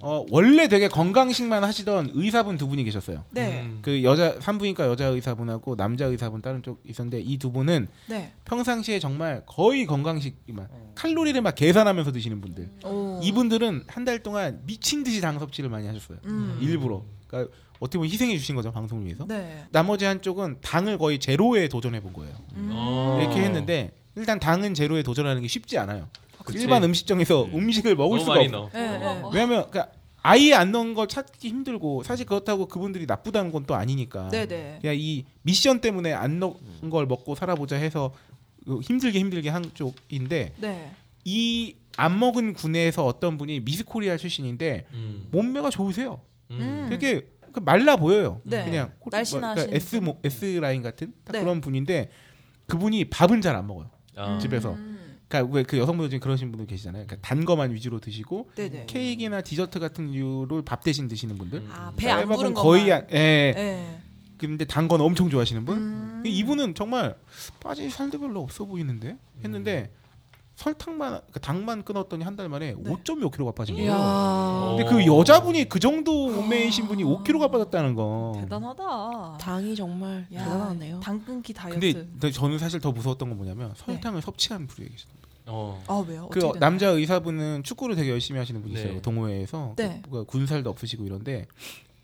Speaker 4: 어, 원래 되게 건강식만 하시던 의사분 두 분이 계셨어요.
Speaker 5: 네. 음.
Speaker 4: 그 여자 산부인과 여자 의사분하고 남자 의사분 다른 쪽 있었는데 이 두 분은
Speaker 5: 네.
Speaker 4: 평상시에 정말 거의 건강식만 칼로리를 막 계산하면서 드시는 분들.
Speaker 5: 오.
Speaker 4: 이분들은 한 달 동안 미친 듯이 당 섭취를 많이 하셨어요.
Speaker 5: 음.
Speaker 4: 일부러. 그러니까 어떻게 보면 희생해 주신 거죠 방송을 위해서.
Speaker 5: 네.
Speaker 4: 나머지 한쪽은 당을 거의 제로에 도전해 본 거예요.
Speaker 5: 음.
Speaker 6: 아.
Speaker 4: 이렇게 했는데 일단 당은 제로에 도전하는 게 쉽지 않아요.
Speaker 6: 그치.
Speaker 4: 일반 음식점에서 음식을 먹을
Speaker 6: 네. 너무
Speaker 4: 수가
Speaker 6: 많이
Speaker 4: 없어.
Speaker 6: 넣어.
Speaker 5: 네,
Speaker 6: 예, 예.
Speaker 4: 왜냐하면 그러니까 아예 안 넣은 걸 찾기 힘들고 사실 그렇다고 그분들이 나쁘다는 건 또 아니니까.
Speaker 5: 네, 네.
Speaker 4: 그냥 이 미션 때문에 안 넣은 걸 먹고 살아보자 해서 그 힘들게 힘들게 한 쪽인데
Speaker 5: 네.
Speaker 4: 이 안 먹은 군에서 어떤 분이 미스코리아 출신인데 몸매가 좋으세요.
Speaker 5: 음.
Speaker 4: 되게 그 말라 보여요.
Speaker 5: 네.
Speaker 4: 그냥 코-
Speaker 5: 날씬하신
Speaker 4: 그러니까 S 모- S 라인 같은 딱
Speaker 5: 네.
Speaker 4: 그런 분인데 그분이 밥은 잘 안 먹어요.
Speaker 5: 아.
Speaker 4: 집에서. 그러니까 왜 그 여성분들 중에 그러신 분들 계시잖아요. 그러니까 단 거만 위주로 드시고
Speaker 5: 네네.
Speaker 4: 케이크나 디저트 같은 류를 밥 대신 드시는 분들.
Speaker 5: 아, 배안
Speaker 4: 쌀밥은
Speaker 5: 부른
Speaker 4: 거의
Speaker 5: 것만.
Speaker 4: 안, 예.
Speaker 5: 예.
Speaker 4: 근데 단 건 엄청 좋아하시는 분.
Speaker 5: 음.
Speaker 4: 이분은 정말 빠질 살도 별로 없어 보이는데 했는데 설탕만 그러니까 당만 끊었더니 한 달 만에
Speaker 5: 네.
Speaker 4: 5.몇 킬로가 빠진
Speaker 7: 이야.
Speaker 4: 거예요. 근데 그 여자분이 그 정도 몸매이신 분이 5킬로가 빠졌다는 건.
Speaker 5: 대단하다.
Speaker 7: 당이 정말 대단하네요.
Speaker 5: 당 끊기 다이어트. 네.
Speaker 4: 근데 더- 저는 사실 더 무서웠던 건 뭐냐면 설탕을 섭취한 분이 계셨어요.
Speaker 5: 아, 왜요?
Speaker 4: 그
Speaker 5: 어떻게 됐나요?
Speaker 4: 남자 의사분은 축구를 되게 열심히 하시는 분이세요.
Speaker 6: 네.
Speaker 4: 동호회에서
Speaker 5: 네.
Speaker 4: 그- 그 군살도 없으시고 이런데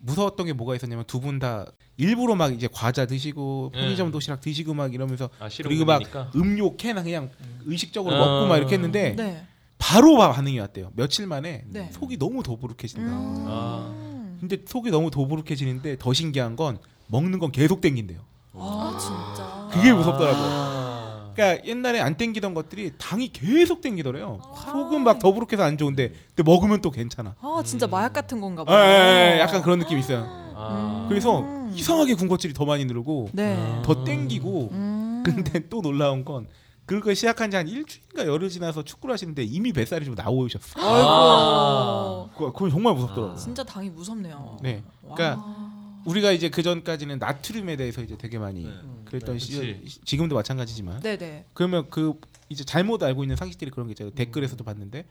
Speaker 4: 무서웠던 게 뭐가 있었냐면 두 분 다 일부러 막 이제 과자 드시고 편의점 도시락 드시고 막 이러면서
Speaker 6: 아, 싫은
Speaker 4: 그리고 막
Speaker 6: 분이니까?
Speaker 4: 음료 캔 그냥 의식적으로
Speaker 6: 아.
Speaker 4: 먹고 막 이렇게 했는데
Speaker 6: 네.
Speaker 4: 바로 반응이 왔대요. 며칠 만에
Speaker 6: 네.
Speaker 4: 속이 너무 더부룩해진다. 근데 속이 너무 더부룩해지는데 더 신기한 건 먹는 건 계속 땡긴대요.
Speaker 5: 아, 진짜.
Speaker 4: 그게
Speaker 6: 아.
Speaker 4: 무섭더라고요. 그러니까 옛날에 안 땡기던 것들이 당이 계속 땡기더래요. 속은 막 더부룩해서 안 좋은데 근데 먹으면 또 괜찮아.
Speaker 5: 아, 진짜 마약 같은 건가
Speaker 4: 예,
Speaker 5: 봐.
Speaker 4: 예, 예, 약간 그런 느낌 이 있어요.
Speaker 5: 음.
Speaker 4: 그래서 이상하게 군것질이 더 많이 누르고
Speaker 5: 네.
Speaker 4: 더 땡기고 근데 또 놀라운 건 그걸 시작한 지 한 일주일인가 열흘 지나서 축구를 하시는데 이미 뱃살이 좀 나오셨어.
Speaker 5: 아이고. 아.
Speaker 4: 그거- 그건 정말 무섭더라고요.
Speaker 5: 진짜 당이 무섭네요.
Speaker 4: 네. 그러니까 우리가 이제 그 전까지는 나트륨에 대해서 이제 되게 많이 그랬던 시절, 시- 지금도 마찬가지지만.
Speaker 5: 네네.
Speaker 4: 그러면 그 이제 잘못 알고 있는 상식들이 그런 게
Speaker 5: 음.
Speaker 4: 있잖아요. 댓글에서도 봤는데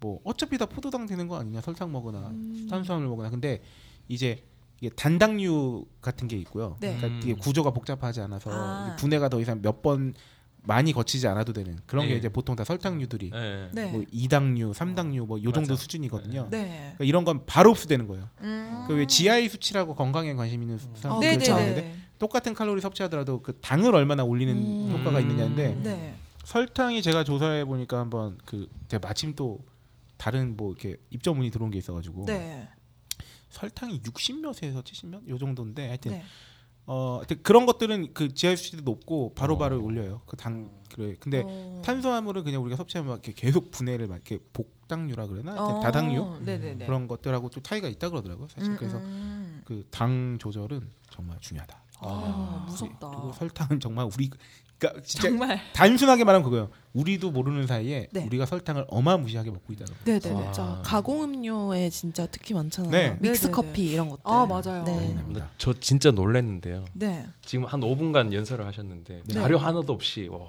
Speaker 4: 뭐 어차피 다 포도당 되는 거 아니냐 설탕 먹거나
Speaker 5: 음.
Speaker 4: 탄수화물 먹거나 근데 이제 이게 단당류 같은 게 있고요.
Speaker 6: 네.
Speaker 4: 그러니까 이게 구조가 복잡하지 않아서
Speaker 6: 아.
Speaker 4: 이게 분해가 더 이상 몇 번 많이 거치지 않아도 되는 그런 게
Speaker 6: 네.
Speaker 4: 이제 보통 다 설탕류들이
Speaker 6: 네. 네.
Speaker 4: 뭐 2당류, 3당류 뭐 요 정도
Speaker 6: 맞아.
Speaker 4: 수준이거든요.
Speaker 5: 네.
Speaker 4: 그러니까 이런 건 바로 흡수되는 거예요.
Speaker 5: 음.
Speaker 4: 그 왜 GI 수치라고 건강에 관심 있는
Speaker 6: 음.
Speaker 4: 사람
Speaker 5: 어,
Speaker 4: 들
Speaker 5: 네네네. 음.
Speaker 4: 있는데 똑같은 칼로리 섭취하더라도 그 당을 얼마나 올리는 효과가 있느냐인데
Speaker 5: 네.
Speaker 4: 설탕이 제가 조사해 보니까 한번 그 제가 마침 또 다른 뭐 이렇게 입점문이 들어온 게 있어가지고
Speaker 5: 네.
Speaker 4: 설탕이 60몇에서 70몇 요 정도인데 하여튼
Speaker 5: 네.
Speaker 4: 어 하여튼 그런 것들은 그 GRC도 높고 바로바로 올려요. 그 당 그래. 근데
Speaker 5: 어.
Speaker 4: 탄수화물은 그냥 우리가 섭취하면 막 이렇게 계속 분해를 막 이렇게 복당류라 그러나 하여튼
Speaker 5: 어,
Speaker 4: 다당류
Speaker 5: 네네네.
Speaker 4: 그런 것들하고 좀 차이가 있다 그러더라고요. 사실
Speaker 5: 음,
Speaker 4: 그래서
Speaker 5: 음.
Speaker 4: 그 당 조절은 정말 중요하다.
Speaker 5: 아, 무섭다.
Speaker 4: 그리고 설탕은 정말 우리 그러니까 진짜
Speaker 5: 정말.
Speaker 4: 단순하게 말하면 그거예요. 우리도 모르는 사이에
Speaker 7: 네.
Speaker 4: 우리가 설탕을 어마무시하게 먹고 있다는 아, 거.
Speaker 7: 네, 네, 네. 저 가공 음료에 진짜 특히 많잖아요.
Speaker 4: 네.
Speaker 7: 믹스
Speaker 5: 네, 네, 네.
Speaker 7: 커피 이런 것들.
Speaker 5: 아, 맞아요.
Speaker 7: 네.
Speaker 6: 저 진짜 놀랐는데요.
Speaker 7: 네.
Speaker 6: 지금 한 5분간 연설을 하셨는데
Speaker 7: 네.
Speaker 6: 자료 하나도 없이 와,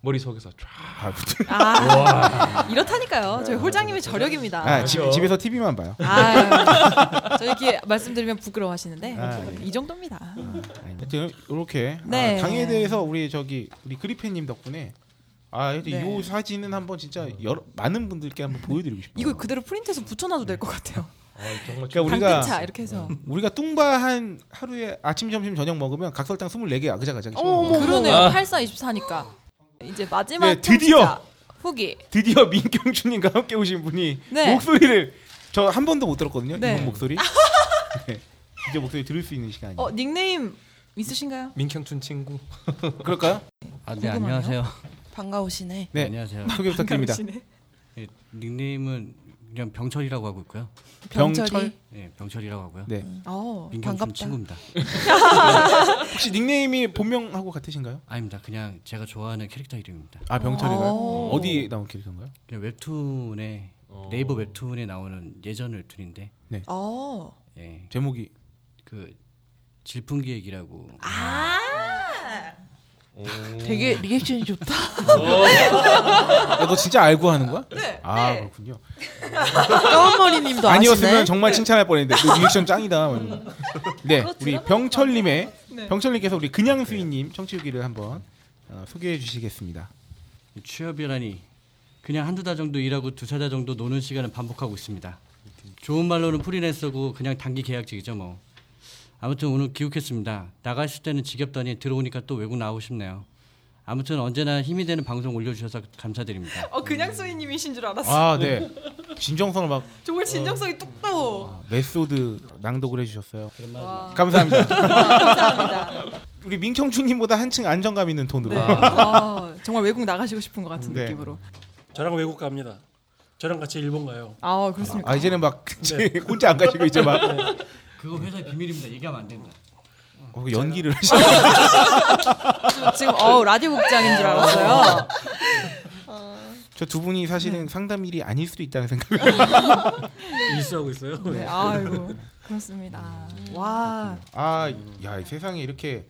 Speaker 6: 머릿속에서 쫙.
Speaker 5: 아,
Speaker 6: 와.
Speaker 5: [laughs]
Speaker 6: 네.
Speaker 5: 이렇다니까요. 저희 홀장님이 저력입니다.
Speaker 4: 아, 집, 집에서 TV만 봐요.
Speaker 5: 아, 저 이렇게 말씀드리면 부끄러워하시는데
Speaker 4: 아,
Speaker 5: 이 정도입니다.
Speaker 4: 하여튼 이렇게
Speaker 5: 네.
Speaker 4: 아, 강의에 대해서 우리 저기 우리 그리페님 덕분에 아, 하여튼
Speaker 5: 네.
Speaker 4: 이 사진은 한번 진짜 여러, 많은 분들께 한번 보여드리고 싶어요.
Speaker 5: 이거 그대로 프린트해서 붙여놔도 될 것 같아요.
Speaker 4: 그러니까 우리가 음.
Speaker 5: 당근차 이렇게 해서.
Speaker 4: 우리가 뚱바 한 하루에 아침 점심 저녁 먹으면 각설탕 24개 아그작아작
Speaker 5: 어머,
Speaker 4: 씹어먹어요.
Speaker 5: 그러네요.
Speaker 4: 아.
Speaker 5: 8424니까 이제 마지막
Speaker 4: 네, 드디어!
Speaker 5: 청취자 후기.
Speaker 4: 드디어 [laughs] 민경준님과 함께 오신 분이
Speaker 5: 네.
Speaker 4: 목소리를 저 한 번도 못 들었거든요.
Speaker 5: 네.
Speaker 4: 이번
Speaker 7: [laughs]
Speaker 4: 목소리. 네. 이제 목소리 들을 수 있는 시간이.
Speaker 5: 어 닉네임 있으신가요?
Speaker 6: 민경준 친구.
Speaker 4: [laughs] 그럴까요?
Speaker 13: 아, 네,
Speaker 5: 궁금하네요.
Speaker 13: 안녕하세요.
Speaker 7: 반가우시네.
Speaker 4: 네.
Speaker 13: 안녕하세요.
Speaker 4: 소개 부탁드립니다.
Speaker 5: 반가우시네.
Speaker 13: 예, 닉네임은 그냥 병철이라고 하고 있고요.
Speaker 4: 병철이? 병철?
Speaker 13: 네, 병철이라고 하고요.
Speaker 4: 네.
Speaker 5: 어,
Speaker 13: 민경준
Speaker 5: 반갑다. [laughs]
Speaker 7: [laughs]
Speaker 13: 친구입니다.
Speaker 4: 혹시 닉네임이 본명하고 같으신가요?
Speaker 13: 아닙니다. 그냥 제가 좋아하는 캐릭터 이름입니다.
Speaker 4: 아 병철이가요?
Speaker 13: 오.
Speaker 4: 어디 나온 캐릭터인가요? 어.
Speaker 13: 그냥 웹툰에 네이버 웹툰에 나오는 예전 웹툰인데.
Speaker 4: 네.
Speaker 5: 어.
Speaker 13: 예.
Speaker 4: 제목이
Speaker 13: 그 질풍기획이라고.
Speaker 7: 아! 되게 리액션이 좋다.
Speaker 4: 야, 너 아, 진짜 알고 하는 거야?
Speaker 7: 네.
Speaker 4: 아
Speaker 7: 네.
Speaker 4: 그렇군요.
Speaker 7: 까만머리님도
Speaker 4: 아니었으면
Speaker 7: 아시네?
Speaker 4: 정말
Speaker 7: 네.
Speaker 4: 칭찬할 뻔했는데 너 리액션 짱이다. 막
Speaker 7: [laughs]
Speaker 4: 이러면서. 네,
Speaker 7: 그거
Speaker 4: 우리
Speaker 7: 드라마
Speaker 4: 병철님의
Speaker 7: 네.
Speaker 4: 병철님께서 우리 [laughs] 그냥 수인님 청취후기를 한번 어, 소개해 주시겠습니다.
Speaker 13: 취업이라니 그냥 한두 달 정도 일하고 두세 달 정도 노는 시간을 반복하고 있습니다. 좋은 말로는 프리랜서고 그냥 단기 계약직이죠 뭐. 아무튼 오늘 기욱했습니다. 나갔을 때는 지겹더니 들어오니까 또 외국 나오고 싶네요. 아무튼 언제나 힘이 되는 방송 올려주셔서 감사드립니다.
Speaker 5: 어 그냥 소희님이신 줄 알았어.
Speaker 4: 아 네, 진정성을 막
Speaker 5: 정말 진정성이 뚝뚝.
Speaker 4: 메소드 낭독을 해주셨어요.
Speaker 5: 와. 아,
Speaker 4: 감사합니다.
Speaker 5: 감사합니다.
Speaker 4: [laughs] 우리 민경준님보다 한층 안정감 있는 톤으로. 어,
Speaker 5: 네. 아, 정말 외국 나가시고 싶은 것 같은
Speaker 4: 네.
Speaker 5: 느낌으로.
Speaker 9: 저랑 외국 갑니다. 저랑 같이 일본 가요.
Speaker 5: 아 그렇습니까?
Speaker 4: 아 이제는 막 [laughs]
Speaker 13: 네.
Speaker 4: 혼자 안 가시고 이제 막
Speaker 13: 그거 회사의 비밀입니다. 얘기하면 안 된다.
Speaker 4: 어,
Speaker 9: 아.
Speaker 4: 연기를 하시는.
Speaker 5: 지금 어 라디오 국장인 줄 알았어요.
Speaker 4: 어.
Speaker 5: 네.
Speaker 4: 저 두 분이 사실은 상담일이 아닐 수도 있다는 생각을.
Speaker 9: [laughs] 일수하고 있어요.
Speaker 5: 네, 아이고 그렇습니다. 와,
Speaker 4: 아, 야, 이 세상에 이렇게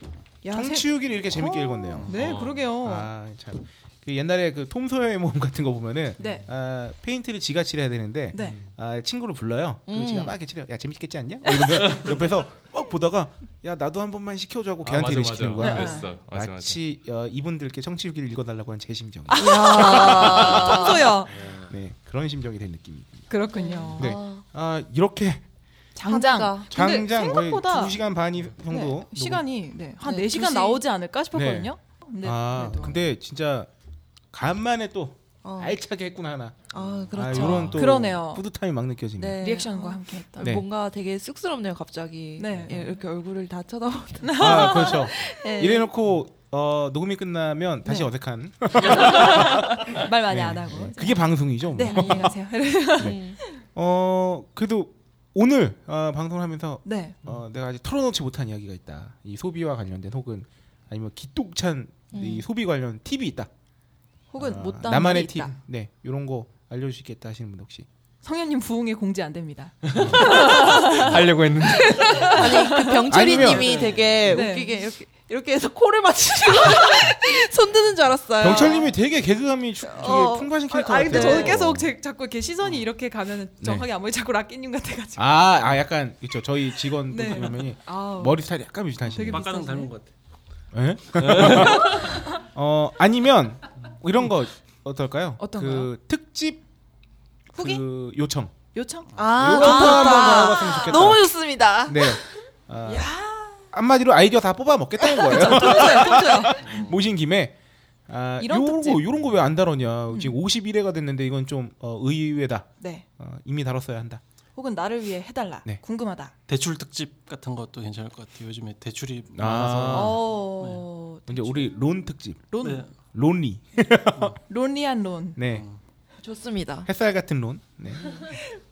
Speaker 5: 야,
Speaker 4: 청취후기를
Speaker 5: 세-
Speaker 4: 이렇게 재밌게
Speaker 5: 어,
Speaker 4: 읽었네요.
Speaker 5: 네, 그러게요.
Speaker 4: 아, 참. 그 옛날에 그 톰소여의 모험 같은 거 보면은
Speaker 5: 네.
Speaker 4: 아, 페인트를 지가 칠해야 되는데
Speaker 5: 네.
Speaker 4: 아, 친구를 불러요. 그리고
Speaker 5: 음.
Speaker 4: 지가 막 이렇게 칠해요. 야 재밌겠지 않냐? 이러면 옆에서 [laughs] 막 보다가 야 나도 한 번만 시켜줘 하고
Speaker 6: 아,
Speaker 4: 뭐 걔한테
Speaker 6: 맞아,
Speaker 4: 일을
Speaker 6: 맞아.
Speaker 4: 시키는 거야.
Speaker 5: 네.
Speaker 6: 그랬어. 맞아, 맞아.
Speaker 4: 마치 어, 이분들께 청취후기를 읽어달라고 한 제 심정.
Speaker 5: 아, 이야, 톰소여.
Speaker 4: [laughs] 네 그런 심정이 된 느낌이.
Speaker 5: 그렇군요.
Speaker 4: 네. 아 이렇게
Speaker 5: 장장. 근데
Speaker 4: 장장 거의
Speaker 5: 생각보다
Speaker 4: 두 시간 반이 정도
Speaker 5: 네,
Speaker 4: 녹음-
Speaker 5: 시간이 네, 한
Speaker 7: 네,
Speaker 5: 네, 시간
Speaker 7: 두 시-
Speaker 5: 나오지 않을까 싶었거든요. 근데
Speaker 4: 아
Speaker 5: 그래도.
Speaker 4: 근데 진짜 간만에 또
Speaker 5: 어.
Speaker 4: 알차게 했구나 하나.
Speaker 7: 아,
Speaker 5: 그렇죠.
Speaker 4: 이런 또
Speaker 5: 그러네요.
Speaker 4: 뿌듯함이 막 느껴지네.
Speaker 7: 네.
Speaker 5: 리액션과 함께 했던.
Speaker 4: 네.
Speaker 7: 뭔가 되게 쑥스럽네요, 갑자기. 예, 이렇게 얼굴을 다 쳐다보다.
Speaker 5: [laughs]
Speaker 4: 아 그렇죠.
Speaker 7: [laughs] 예.
Speaker 4: 이래놓고 어, 녹음이 끝나면 다시
Speaker 7: 네.
Speaker 4: 어색한.
Speaker 5: [laughs]
Speaker 4: 네.
Speaker 5: 말 많이 안 하고.
Speaker 4: 그게 방송이죠. 뭐.
Speaker 5: 네, 안녕히 가세요.
Speaker 4: [laughs] 네. 어 그래도 오늘 어, 방송을 하면서
Speaker 5: 네.
Speaker 4: 어, 내가 아직 털어놓지 못한 이야기가 있다. 이 소비와 관련된 혹은 아니면 기똥찬 이
Speaker 5: 음.
Speaker 4: 소비 관련 팁이 있다.
Speaker 5: 혹은
Speaker 4: 아,
Speaker 5: 못다한
Speaker 4: 나만의
Speaker 5: 말이
Speaker 4: 팁.
Speaker 5: 있다.
Speaker 4: 네, 이런 거 알려주시겠다 하시는 분 혹시?
Speaker 5: 성현님 부흥에 공지 안 됩니다.
Speaker 4: [laughs] 하려고 했는데.
Speaker 7: 아니, 그 병철이님이
Speaker 4: 아니면-
Speaker 7: 되게
Speaker 5: 네.
Speaker 7: 웃기게 이렇게, 이렇게 해서 코를 맞추시고 [laughs] 손 드는 줄 알았어요.
Speaker 4: 병철님이 되게 개그감이 주- 되게
Speaker 7: 어.
Speaker 4: 풍부하신 캐릭터
Speaker 5: 아,
Speaker 4: 같아요.
Speaker 5: 니 근데 저는 계속 제, 자꾸 이렇게 시선이 이렇게 가면
Speaker 4: 네.
Speaker 5: 정확히 아무리 자꾸 라끼님 같아가지고.
Speaker 4: 아, 아 약간 그렇죠. 저희 직원
Speaker 5: 네.
Speaker 4: 보면이
Speaker 5: 아우.
Speaker 4: 머리 스타일이 약간 비슷하시네요.
Speaker 5: 되게
Speaker 9: 막가랑
Speaker 5: 비슷하시네.
Speaker 9: 닮은 것 같아.
Speaker 4: 예?
Speaker 5: [laughs]
Speaker 4: 어 아니면 이런 거 어떨까요?
Speaker 5: 어떤 거요?
Speaker 4: 그 특집
Speaker 5: 후기?
Speaker 4: 그 요청.
Speaker 5: 요청?
Speaker 7: 아,
Speaker 4: 요것도
Speaker 7: 좋다.
Speaker 4: 한번 알아봤으면 좋겠다.
Speaker 7: 너무 좋습니다.
Speaker 5: [laughs]
Speaker 4: 네. 아, 한마디로 아이디어 다 뽑아
Speaker 5: [laughs]
Speaker 4: 먹겠다는 거예요. [laughs] 모신 김에 아,
Speaker 5: 이런
Speaker 4: 요런
Speaker 5: 특집. 음.
Speaker 4: 거 요런 거 왜 안 다뤘냐? 지금 51회가 됐는데 이건 좀 어, 의외다.
Speaker 5: 네.
Speaker 4: 어, 이미 다뤘어야 한다.
Speaker 5: 혹은 나를 위해 해달라.
Speaker 9: 네.
Speaker 5: 궁금하다.
Speaker 9: 대출 특집 같은 것도 괜찮을 것 같아요. 요즘에 대출이
Speaker 4: 아. 네.
Speaker 5: 어,
Speaker 4: 이제 우리 론 특집.
Speaker 5: 론? 네.
Speaker 4: 론리.
Speaker 5: 론리한 론.
Speaker 4: 네.
Speaker 7: 좋습니다.
Speaker 4: [laughs] 햇살 같은 론. 네.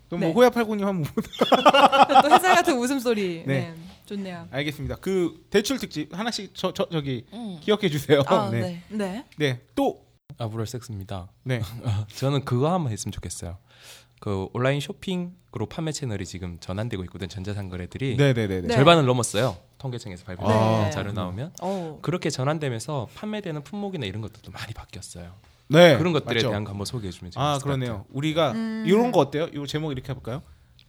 Speaker 4: 그럼
Speaker 5: 네.
Speaker 4: 뭐 호야팔고님 한번
Speaker 5: [laughs] 또 햇살 같은 웃음소리. 네. 좋네요.
Speaker 4: 알겠습니다. 그 대출 특집 하나씩 저, 저 저기
Speaker 5: 음.
Speaker 4: 기억해 주세요.
Speaker 5: 아,
Speaker 4: [laughs] 네.
Speaker 5: 네. 네.
Speaker 4: 네. 또
Speaker 6: 아브럴 섹스입니다.
Speaker 4: 네.
Speaker 6: [laughs] 저는 그거 한번 했으면 좋겠어요. 그 온라인 쇼핑으로 판매 채널이 지금 전환되고 있거든 전자상거래들이
Speaker 4: 네네네네. 네.
Speaker 6: 절반을 넘었어요. 통계청에서 발표된 그
Speaker 4: 네.
Speaker 6: 자료 나오면
Speaker 5: 어.
Speaker 4: 오.
Speaker 6: 그렇게 전환되면서 판매되는 품목이나 이런 것들도 많이 바뀌었어요.
Speaker 4: 네.
Speaker 6: 그런 것들에
Speaker 4: 맞죠.
Speaker 6: 대한 거 한번 소개해 주면 재밌을
Speaker 4: 아,
Speaker 6: 것
Speaker 4: 그러네요.
Speaker 6: 같아요.
Speaker 4: 우리가
Speaker 6: 음.
Speaker 4: 이런 거 어때요? 요 제목 이렇게 해 볼까요?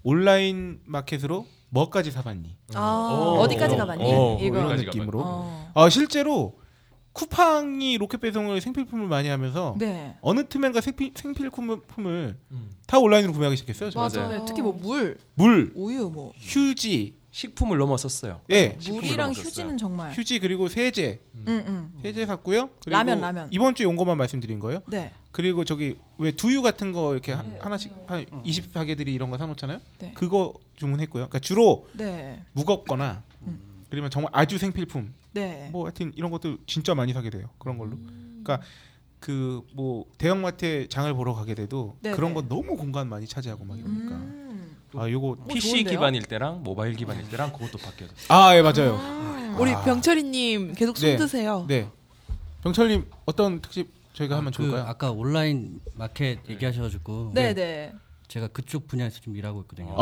Speaker 4: 온라인 마켓으로 뭐까지 사봤니?
Speaker 7: 아, 어디까지 가봤니?
Speaker 4: 어,
Speaker 7: 이거.
Speaker 4: 이런
Speaker 7: 어디까지
Speaker 4: 느낌으로.
Speaker 7: 가봤니?
Speaker 4: 아, 실제로 쿠팡이 로켓 배송을 생필품을 많이 하면서
Speaker 5: 네.
Speaker 4: 어느 틈엔가 생필, 생필품을
Speaker 6: 음.
Speaker 4: 다 온라인으로 구매하기 시작했어요. 저는.
Speaker 5: 맞아요. 네, 특히 뭐 물,
Speaker 4: 물,
Speaker 5: 우유 뭐
Speaker 4: 휴지,
Speaker 6: 식품을 넘어섰어요.
Speaker 4: 예,
Speaker 5: 물이랑 휴지는 정말.
Speaker 4: 휴지 그리고 세제,
Speaker 5: 음, 음.
Speaker 4: 세제 샀고요. 그리고
Speaker 5: 라면, 라면.
Speaker 4: 이번 주에 온 것만 말씀드린 거예요.
Speaker 5: 네.
Speaker 4: 그리고 저기 왜 두유 같은 거 이렇게 하- 하나씩
Speaker 6: 음.
Speaker 4: 한 20가게들이 이런 거 사놓잖아요.
Speaker 5: 네.
Speaker 4: 그거 주문했고요. 그러니까 주로
Speaker 5: 네. 음.
Speaker 4: 무겁거나 그러면 정말 아주 생필품.
Speaker 5: 네. 음.
Speaker 4: 뭐 하여튼 이런 것도 진짜 많이 사게 돼요. 그런 걸로. 그러니까 그 뭐 대형마트에 장을 보러 가게 돼도
Speaker 6: 네,
Speaker 4: 그런
Speaker 6: 네.
Speaker 4: 건 너무 공간 많이 차지하고 막 이러니까.
Speaker 7: 음.
Speaker 5: 음.
Speaker 4: 아 요거
Speaker 5: 어,
Speaker 6: PC 기반일 때랑 모바일 기반일 때랑 그것도 바뀌어졌어요.
Speaker 4: 아 예 맞아요.
Speaker 7: 우리
Speaker 4: 아.
Speaker 7: 병철이님 계속 숨
Speaker 4: 네.
Speaker 7: 드세요.
Speaker 4: 네. 병철님 어떤 특집 저희가 하면
Speaker 13: 그
Speaker 4: 좋을까요?
Speaker 13: 아까 온라인 마켓 얘기하셔가지고
Speaker 5: 네, 네.
Speaker 13: 제가 그쪽 분야에서 좀 일하고 있거든요.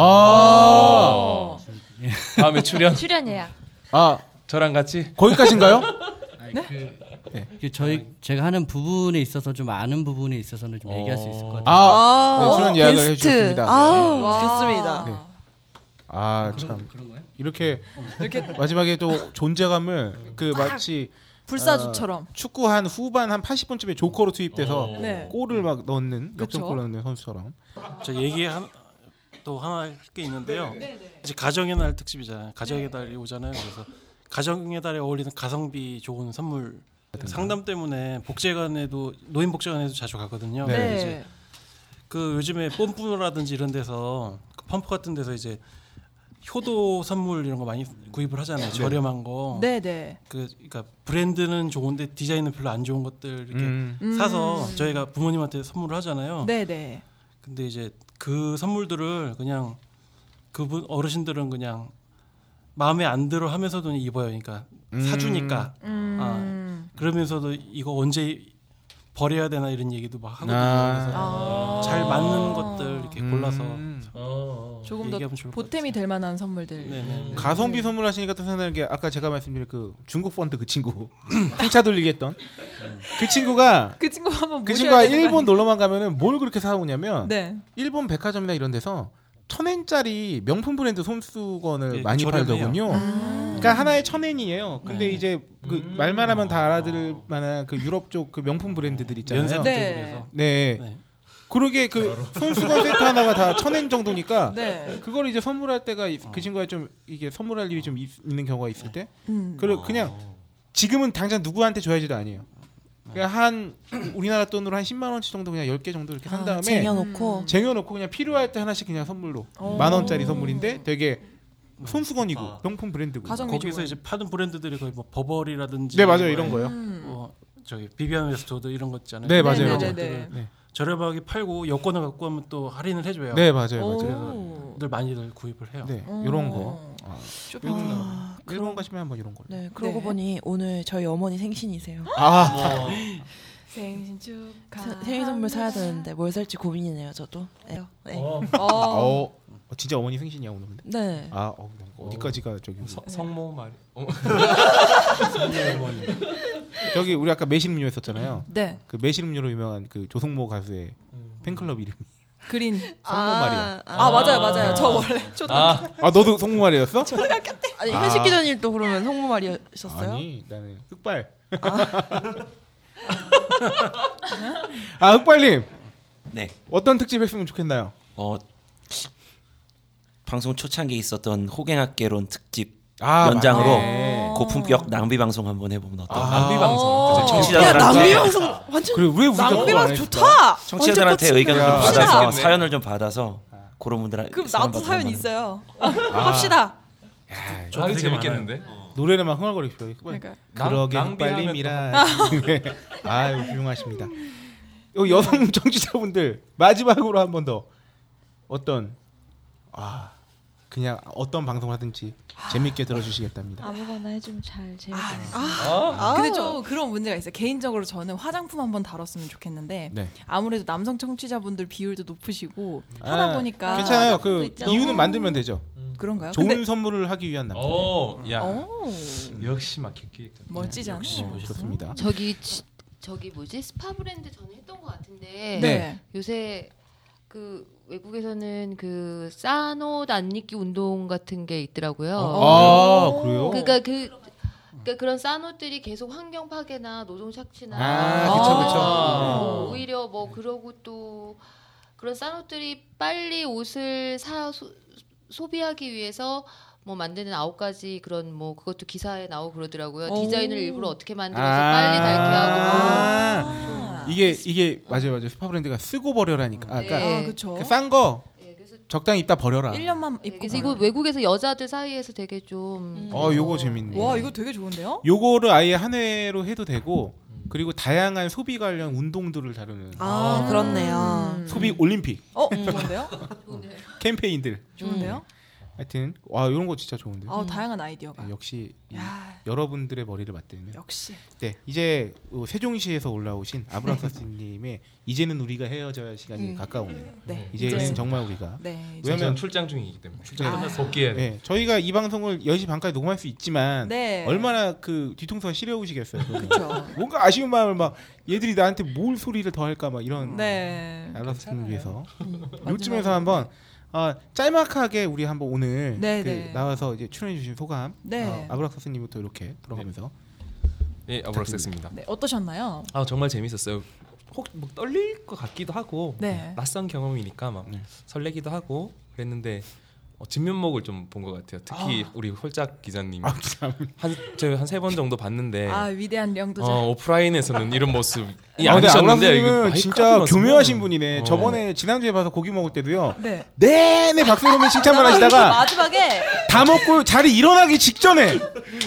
Speaker 4: 아.
Speaker 13: 예.
Speaker 6: 다음에 출연.
Speaker 12: 출연 예약.
Speaker 4: 아
Speaker 6: 저랑 같이
Speaker 4: 거기까지인가요?
Speaker 7: 네?
Speaker 4: 네.
Speaker 13: 그 저희 제가 하는 부분에 있어서 좀 아는 부분에 있어서는 좀 얘기할 수 있을 것 같아요.
Speaker 4: 아, 네, 그런 이야기를 해주셨습니다.
Speaker 7: 어, 아우,
Speaker 4: 네.
Speaker 7: 좋습니다.
Speaker 4: 네. 아, 참. 이렇게,
Speaker 5: 이렇게
Speaker 4: [laughs] 마지막에 또 존재감을 그 마치
Speaker 5: 불사조처럼.
Speaker 4: 아, 축구 한 후반 한 80분쯤에 조커로 투입돼서
Speaker 9: 어. 네.
Speaker 4: 골을 막 넣는 역전골
Speaker 9: 그쵸.
Speaker 4: 넣는 선수처럼.
Speaker 9: 저 얘기 한, 또 하나 할 게 있는데요.
Speaker 5: 네,
Speaker 9: 이제 가정의 날 특집이잖아요. 가정의 달이 오잖아요. 그래서 가정의 달에 어울리는 가성비 좋은 선물
Speaker 5: 네.
Speaker 9: 상담 때문에 복지관에도 노인 복지관에도 자주 가거든요.
Speaker 14: 네.
Speaker 9: 근데
Speaker 14: 네.
Speaker 9: 이제 그 요즘에 뽐뿌라든지 이런 데서 그 펌프 같은 데서 이제 효도 선물 이런 거 많이 구입을 하잖아요.
Speaker 5: 네.
Speaker 9: 저렴한 거.
Speaker 5: 네, 네.
Speaker 9: 그 그러니까 브랜드는 좋은데 디자인은 별로 안 좋은 것들 이렇게
Speaker 5: 음. 음.
Speaker 9: 사서 저희가 부모님한테 선물을
Speaker 4: 어.
Speaker 9: 하잖아요.
Speaker 5: 네, 네.
Speaker 9: 근데 이제 그 선물들을 그냥 그분 어르신들은 그냥 마음에 안 들어 하면서도 그냥 입어요. 그러니까
Speaker 14: 음.
Speaker 9: 사주니까.
Speaker 14: 음.
Speaker 9: 아, 그러면서도 이거 언제 버려야 되나 이런 얘기도 막 하거든요.
Speaker 14: 아.
Speaker 9: 그래서
Speaker 14: 아.
Speaker 9: 잘 맞는 것들 이렇게
Speaker 4: 음.
Speaker 9: 골라서 그렇죠.
Speaker 4: 어,
Speaker 5: 조금 더
Speaker 9: 얘기하면 좋을 것
Speaker 5: 보탬이 될 만한 선물들. 음.
Speaker 9: 네, 네.
Speaker 4: 가성비 선물하시니까 또 생각나는 게 아까 제가 말씀드린 그 중국 펀드 그 친구 [laughs] 풍차 돌리기 했던 그 친구가
Speaker 5: 그 친구 한번
Speaker 4: 그
Speaker 5: 모셔야
Speaker 4: 친구가
Speaker 5: 되는 거
Speaker 4: 일본 놀러만 가면은 뭘 그렇게 사오냐면
Speaker 5: 네.
Speaker 4: 일본 백화점이나 이런 데서 천엔짜리 명품 브랜드 손수건을
Speaker 14: 예,
Speaker 4: 많이
Speaker 14: 저렴해요. 네.
Speaker 4: 팔더군요.
Speaker 5: 아.
Speaker 4: 그러니까 하나의 천엔이에요. 근데 이제 그
Speaker 14: 음.
Speaker 4: 말만 하면 다 알아들을 만한 그 유럽 쪽 그 명품 브랜드들 있잖아요.
Speaker 14: 면세점 네. 쪽에서.
Speaker 4: 네. 그러게 그 손수건 세트 하나가 다 천엔
Speaker 5: [laughs]
Speaker 4: 정도니까
Speaker 14: 네.
Speaker 4: 그걸 이제 선물할 때가 이-
Speaker 14: 어.
Speaker 4: 그 친구가 좀 이게 선물할 일이 좀 있- 있는 경우가 있을 때
Speaker 14: 음.
Speaker 4: 그리고 그냥 지금은 당장 누구한테 줘야지도 아니에요. 그냥 한 [clears throat] 우리나라 돈으로 한 10만 원치 정도 그냥 10개 정도 이렇게 산
Speaker 7: 아,
Speaker 4: 다음에
Speaker 7: 쟁여놓고? 음.
Speaker 4: 쟁여놓고 그냥 필요할 때 하나씩 그냥 선물로
Speaker 7: 오.
Speaker 4: 만 원짜리 선물인데 되게 손수건이고 명품 브랜드고
Speaker 9: 거기서 이제 파는 브랜드들이 거의 뭐 버버리라든지
Speaker 4: 네, 맞아요. 이런
Speaker 9: 뭐
Speaker 4: 거요.
Speaker 9: 뭐 저기 비비안 웨스트워드 이런 거 있잖아요.
Speaker 4: 네, 맞아요.
Speaker 9: 그런
Speaker 4: 네,
Speaker 9: 것들을
Speaker 4: 네, 네.
Speaker 9: 저렴하게 팔고 여권을 갖고 하면 또 할인을 해줘요.
Speaker 4: 네, 맞아요, 맞아요.
Speaker 9: 그래서 늘 많이들 구입을 해요.
Speaker 4: 네, 이런 거. 아, 일본, 일본 가시면 한번 이런 걸로.
Speaker 7: 네, 그러고
Speaker 5: 네.
Speaker 7: 보니 오늘 저희 어머니 생신이세요.
Speaker 4: 아.
Speaker 5: 생신 축하.
Speaker 7: 세- 생일 선물 사야 되는데 뭘 살지 고민이네요, 저도. 네. 네.
Speaker 4: 어. 어, 진짜 어머니 생신이야 오늘 근데?
Speaker 7: 네.
Speaker 4: 아 어, 어디까지가 저기
Speaker 6: 성모
Speaker 4: [laughs]
Speaker 6: 말이.
Speaker 4: 저기 우리 아까 매실 음료 했었잖아요.
Speaker 5: 네.
Speaker 4: 그 매실 음료로 유명한 그 조성모 가수의 팬클럽 이름이
Speaker 5: 그린.
Speaker 11: 아.
Speaker 4: 성모말이야.
Speaker 7: 아, 맞아요, 맞아요. 저 원래 초등학교.
Speaker 4: 아 너도 성모말이었어?
Speaker 7: [laughs] 초등학교 때. 아니,
Speaker 4: 아.
Speaker 7: 회식 기자님도 그러면 성모 말이셨어요?
Speaker 4: 아니 나는 흑발. 아 흑발님.
Speaker 10: 네.
Speaker 4: 어떤 특집 했으면 좋겠나요?
Speaker 10: 어 방송 초창기에 있었던 호갱학개론 특집
Speaker 4: 아,
Speaker 10: 연장으로
Speaker 4: 맞네. 아,
Speaker 10: 고품격 낭비 방송 한번 해보면 어떨까?
Speaker 4: 낭비 방송.
Speaker 10: 그래서
Speaker 4: 야,
Speaker 10: 청취자들한테
Speaker 4: 낭비
Speaker 5: 어.
Speaker 4: 방송 어. 완전- 그래, 왜 우리가 낭비 그걸 안 방송 했을까? 좋다!
Speaker 10: 청취자들한테
Speaker 4: 언제
Speaker 10: 의견을 좀
Speaker 4: 꽂힌다.
Speaker 10: 받아서
Speaker 4: 진짜.
Speaker 10: 사연을 좀 받아서 그런 분들
Speaker 5: 그럼 나도 사연 있어요.
Speaker 7: 아.
Speaker 5: 합시다.
Speaker 4: 야,
Speaker 6: 저도 되게 재밌겠는데?
Speaker 4: 노래는 막 흥얼거리고
Speaker 5: 그러니까.
Speaker 4: 그러게
Speaker 6: 낭- 낭비하면
Speaker 4: 빨림이라. [laughs] 네. 아유 훌륭하십니다. 요
Speaker 7: 음.
Speaker 4: 여성 청취자분들 마지막으로 한 번 더 어떤 아 그냥 어떤 방송을 하든지 재밌게 들어주시겠답니다.
Speaker 12: 아무거나 해주면 잘 재밌어.
Speaker 5: 아, 근데 좀 그런 문제가 있어요. 개인적으로 저는 화장품 한번 다뤘으면 좋겠는데
Speaker 4: 네.
Speaker 5: 아무래도 남성 청취자분들 비율도 높으시고 하다
Speaker 4: 아,
Speaker 5: 보니까
Speaker 4: 괜찮아요. 그 이유는 만들면 되죠.
Speaker 5: 그런가요?
Speaker 4: 좋은 음.
Speaker 5: 근데-
Speaker 4: 선물을 하기 위한 남자.
Speaker 6: 음. 오, 야.
Speaker 5: 오.
Speaker 6: 역시 마켓 기획자.
Speaker 5: 멋지잖아요. 네, 역시 멋있어.
Speaker 4: 좋습니다.
Speaker 11: 저기 지- 저기 뭐지 스파 브랜드 전에 했던 것 같은데
Speaker 4: 네.
Speaker 11: 요새 그 외국에서는 그 싸노 안 입기 운동 같은 게 있더라고요.
Speaker 5: 어.
Speaker 4: 아, 오. 그래요?
Speaker 11: 그러니까 그 그러니까 그런 싸노들이 계속 환경 파괴나 노동 착취나
Speaker 4: 아, 그쵸, 네. 그쵸.
Speaker 3: 어.
Speaker 11: 뭐 오히려 뭐 그러고 또 그런 싸노들이 빨리 옷을 사 소, 소비하기 위해서 뭐 만드는 아홉 가지 그런 뭐 그것도 기사에 나오고 아. 그러더라고요.
Speaker 5: 오.
Speaker 11: 디자인을 일부러 어떻게 만들어서
Speaker 4: 아.
Speaker 11: 빨리 닳게 하고 뭐
Speaker 4: 이게 이게 맞아요 맞아요 스파 브랜드가 쓰고 버려라니까. 아, 그러니까
Speaker 11: 네. 아,
Speaker 5: 그쵸. 예,
Speaker 4: 싼거 적당히 입다 버려라.
Speaker 11: 입고
Speaker 5: 1년만
Speaker 11: 네, 음. 그래서 이거 외국에서 여자들 사이에서 되게 좀
Speaker 4: 어 요거 재밌네.
Speaker 5: 와 이거 되게 좋은데요?
Speaker 4: 요거를 아예 한 회로 해도 되고
Speaker 6: 음.
Speaker 4: 그리고 다양한 소비 관련 운동들을 다루는 음.
Speaker 7: 아, 아. 그렇네요.
Speaker 4: 소비 올림픽
Speaker 5: 음. 어 좋은데요?
Speaker 4: [laughs] 캠페인들
Speaker 5: 좋은데요?
Speaker 4: 하여튼 와 이런 거 진짜 좋은데요.
Speaker 5: 아 다양한 아이디어가
Speaker 4: 네, 역시 이 여러분들의 머리를 맞대는
Speaker 5: 역시
Speaker 4: 네 이제 어, 세종시에서 올라오신 아브람
Speaker 6: [laughs]
Speaker 4: 사스님의 이제는 우리가 헤어져야 시간이
Speaker 6: 음.
Speaker 4: 가까우네요.
Speaker 6: 네,
Speaker 4: 이제는
Speaker 6: 이제-
Speaker 4: 정말 우리가
Speaker 5: 네,
Speaker 6: 이제- 저는 출장 중이기 때문에. 출장 끝났어요.
Speaker 4: 에
Speaker 6: 복귀해야 돼요.
Speaker 4: 네, 저희가 이 방송을 10시 반까지 녹음할 수 있지만
Speaker 5: 네.
Speaker 4: 얼마나 그 뒤통수가 시려우시겠어요. 그러면.
Speaker 5: 그쵸.
Speaker 4: 뭔가 아쉬운 마음을 막 얘들이 나한테 뭘 소리를 더 할까 막 이런
Speaker 5: 네.
Speaker 4: 알았음을 위해서 요쯤에서
Speaker 5: 마지막으로.
Speaker 4: 한번 아, 짤막하게 우리 한번 오늘
Speaker 5: 네,
Speaker 4: 그
Speaker 5: 네.
Speaker 4: 나와서 이제 출연해 주신 소감
Speaker 5: 네.
Speaker 4: 어, 아브락 선생님부터 이렇게 들어가면서
Speaker 6: 예, 아브락스입니다.
Speaker 5: 네, 어떠셨나요?
Speaker 6: 아 정말 재밌었어요. 혹뭐 떨릴 것 같기도 하고
Speaker 5: 네.
Speaker 6: 낯선 경험이니까 막
Speaker 4: 네.
Speaker 6: 설레기도 하고 그랬는데 어, 진면목을 좀 본 것 같아요. 특히
Speaker 5: 아.
Speaker 6: 우리 홀짝 기자님
Speaker 4: 아,
Speaker 6: 한 제가 한세 번 정도
Speaker 4: 네.
Speaker 6: 봤는데
Speaker 5: 아 위대한 명도자.
Speaker 6: 어, 오프라인에서는 이런 모습이
Speaker 4: [laughs] 아, 근데 아브락
Speaker 6: 아니셨는데 이거
Speaker 4: 선생님은
Speaker 6: 마이크
Speaker 4: 진짜
Speaker 6: 앞에만
Speaker 4: 교묘하신
Speaker 6: 쓰면-
Speaker 4: 분이네.
Speaker 6: 어.
Speaker 4: 저번에 지난주에 봐서 고기 먹을 때도요.
Speaker 5: 네.
Speaker 4: 내내 박수로만 칭찬만 하시다가
Speaker 5: 아, 마지막에
Speaker 4: 다 먹고 자리 일어나기 직전에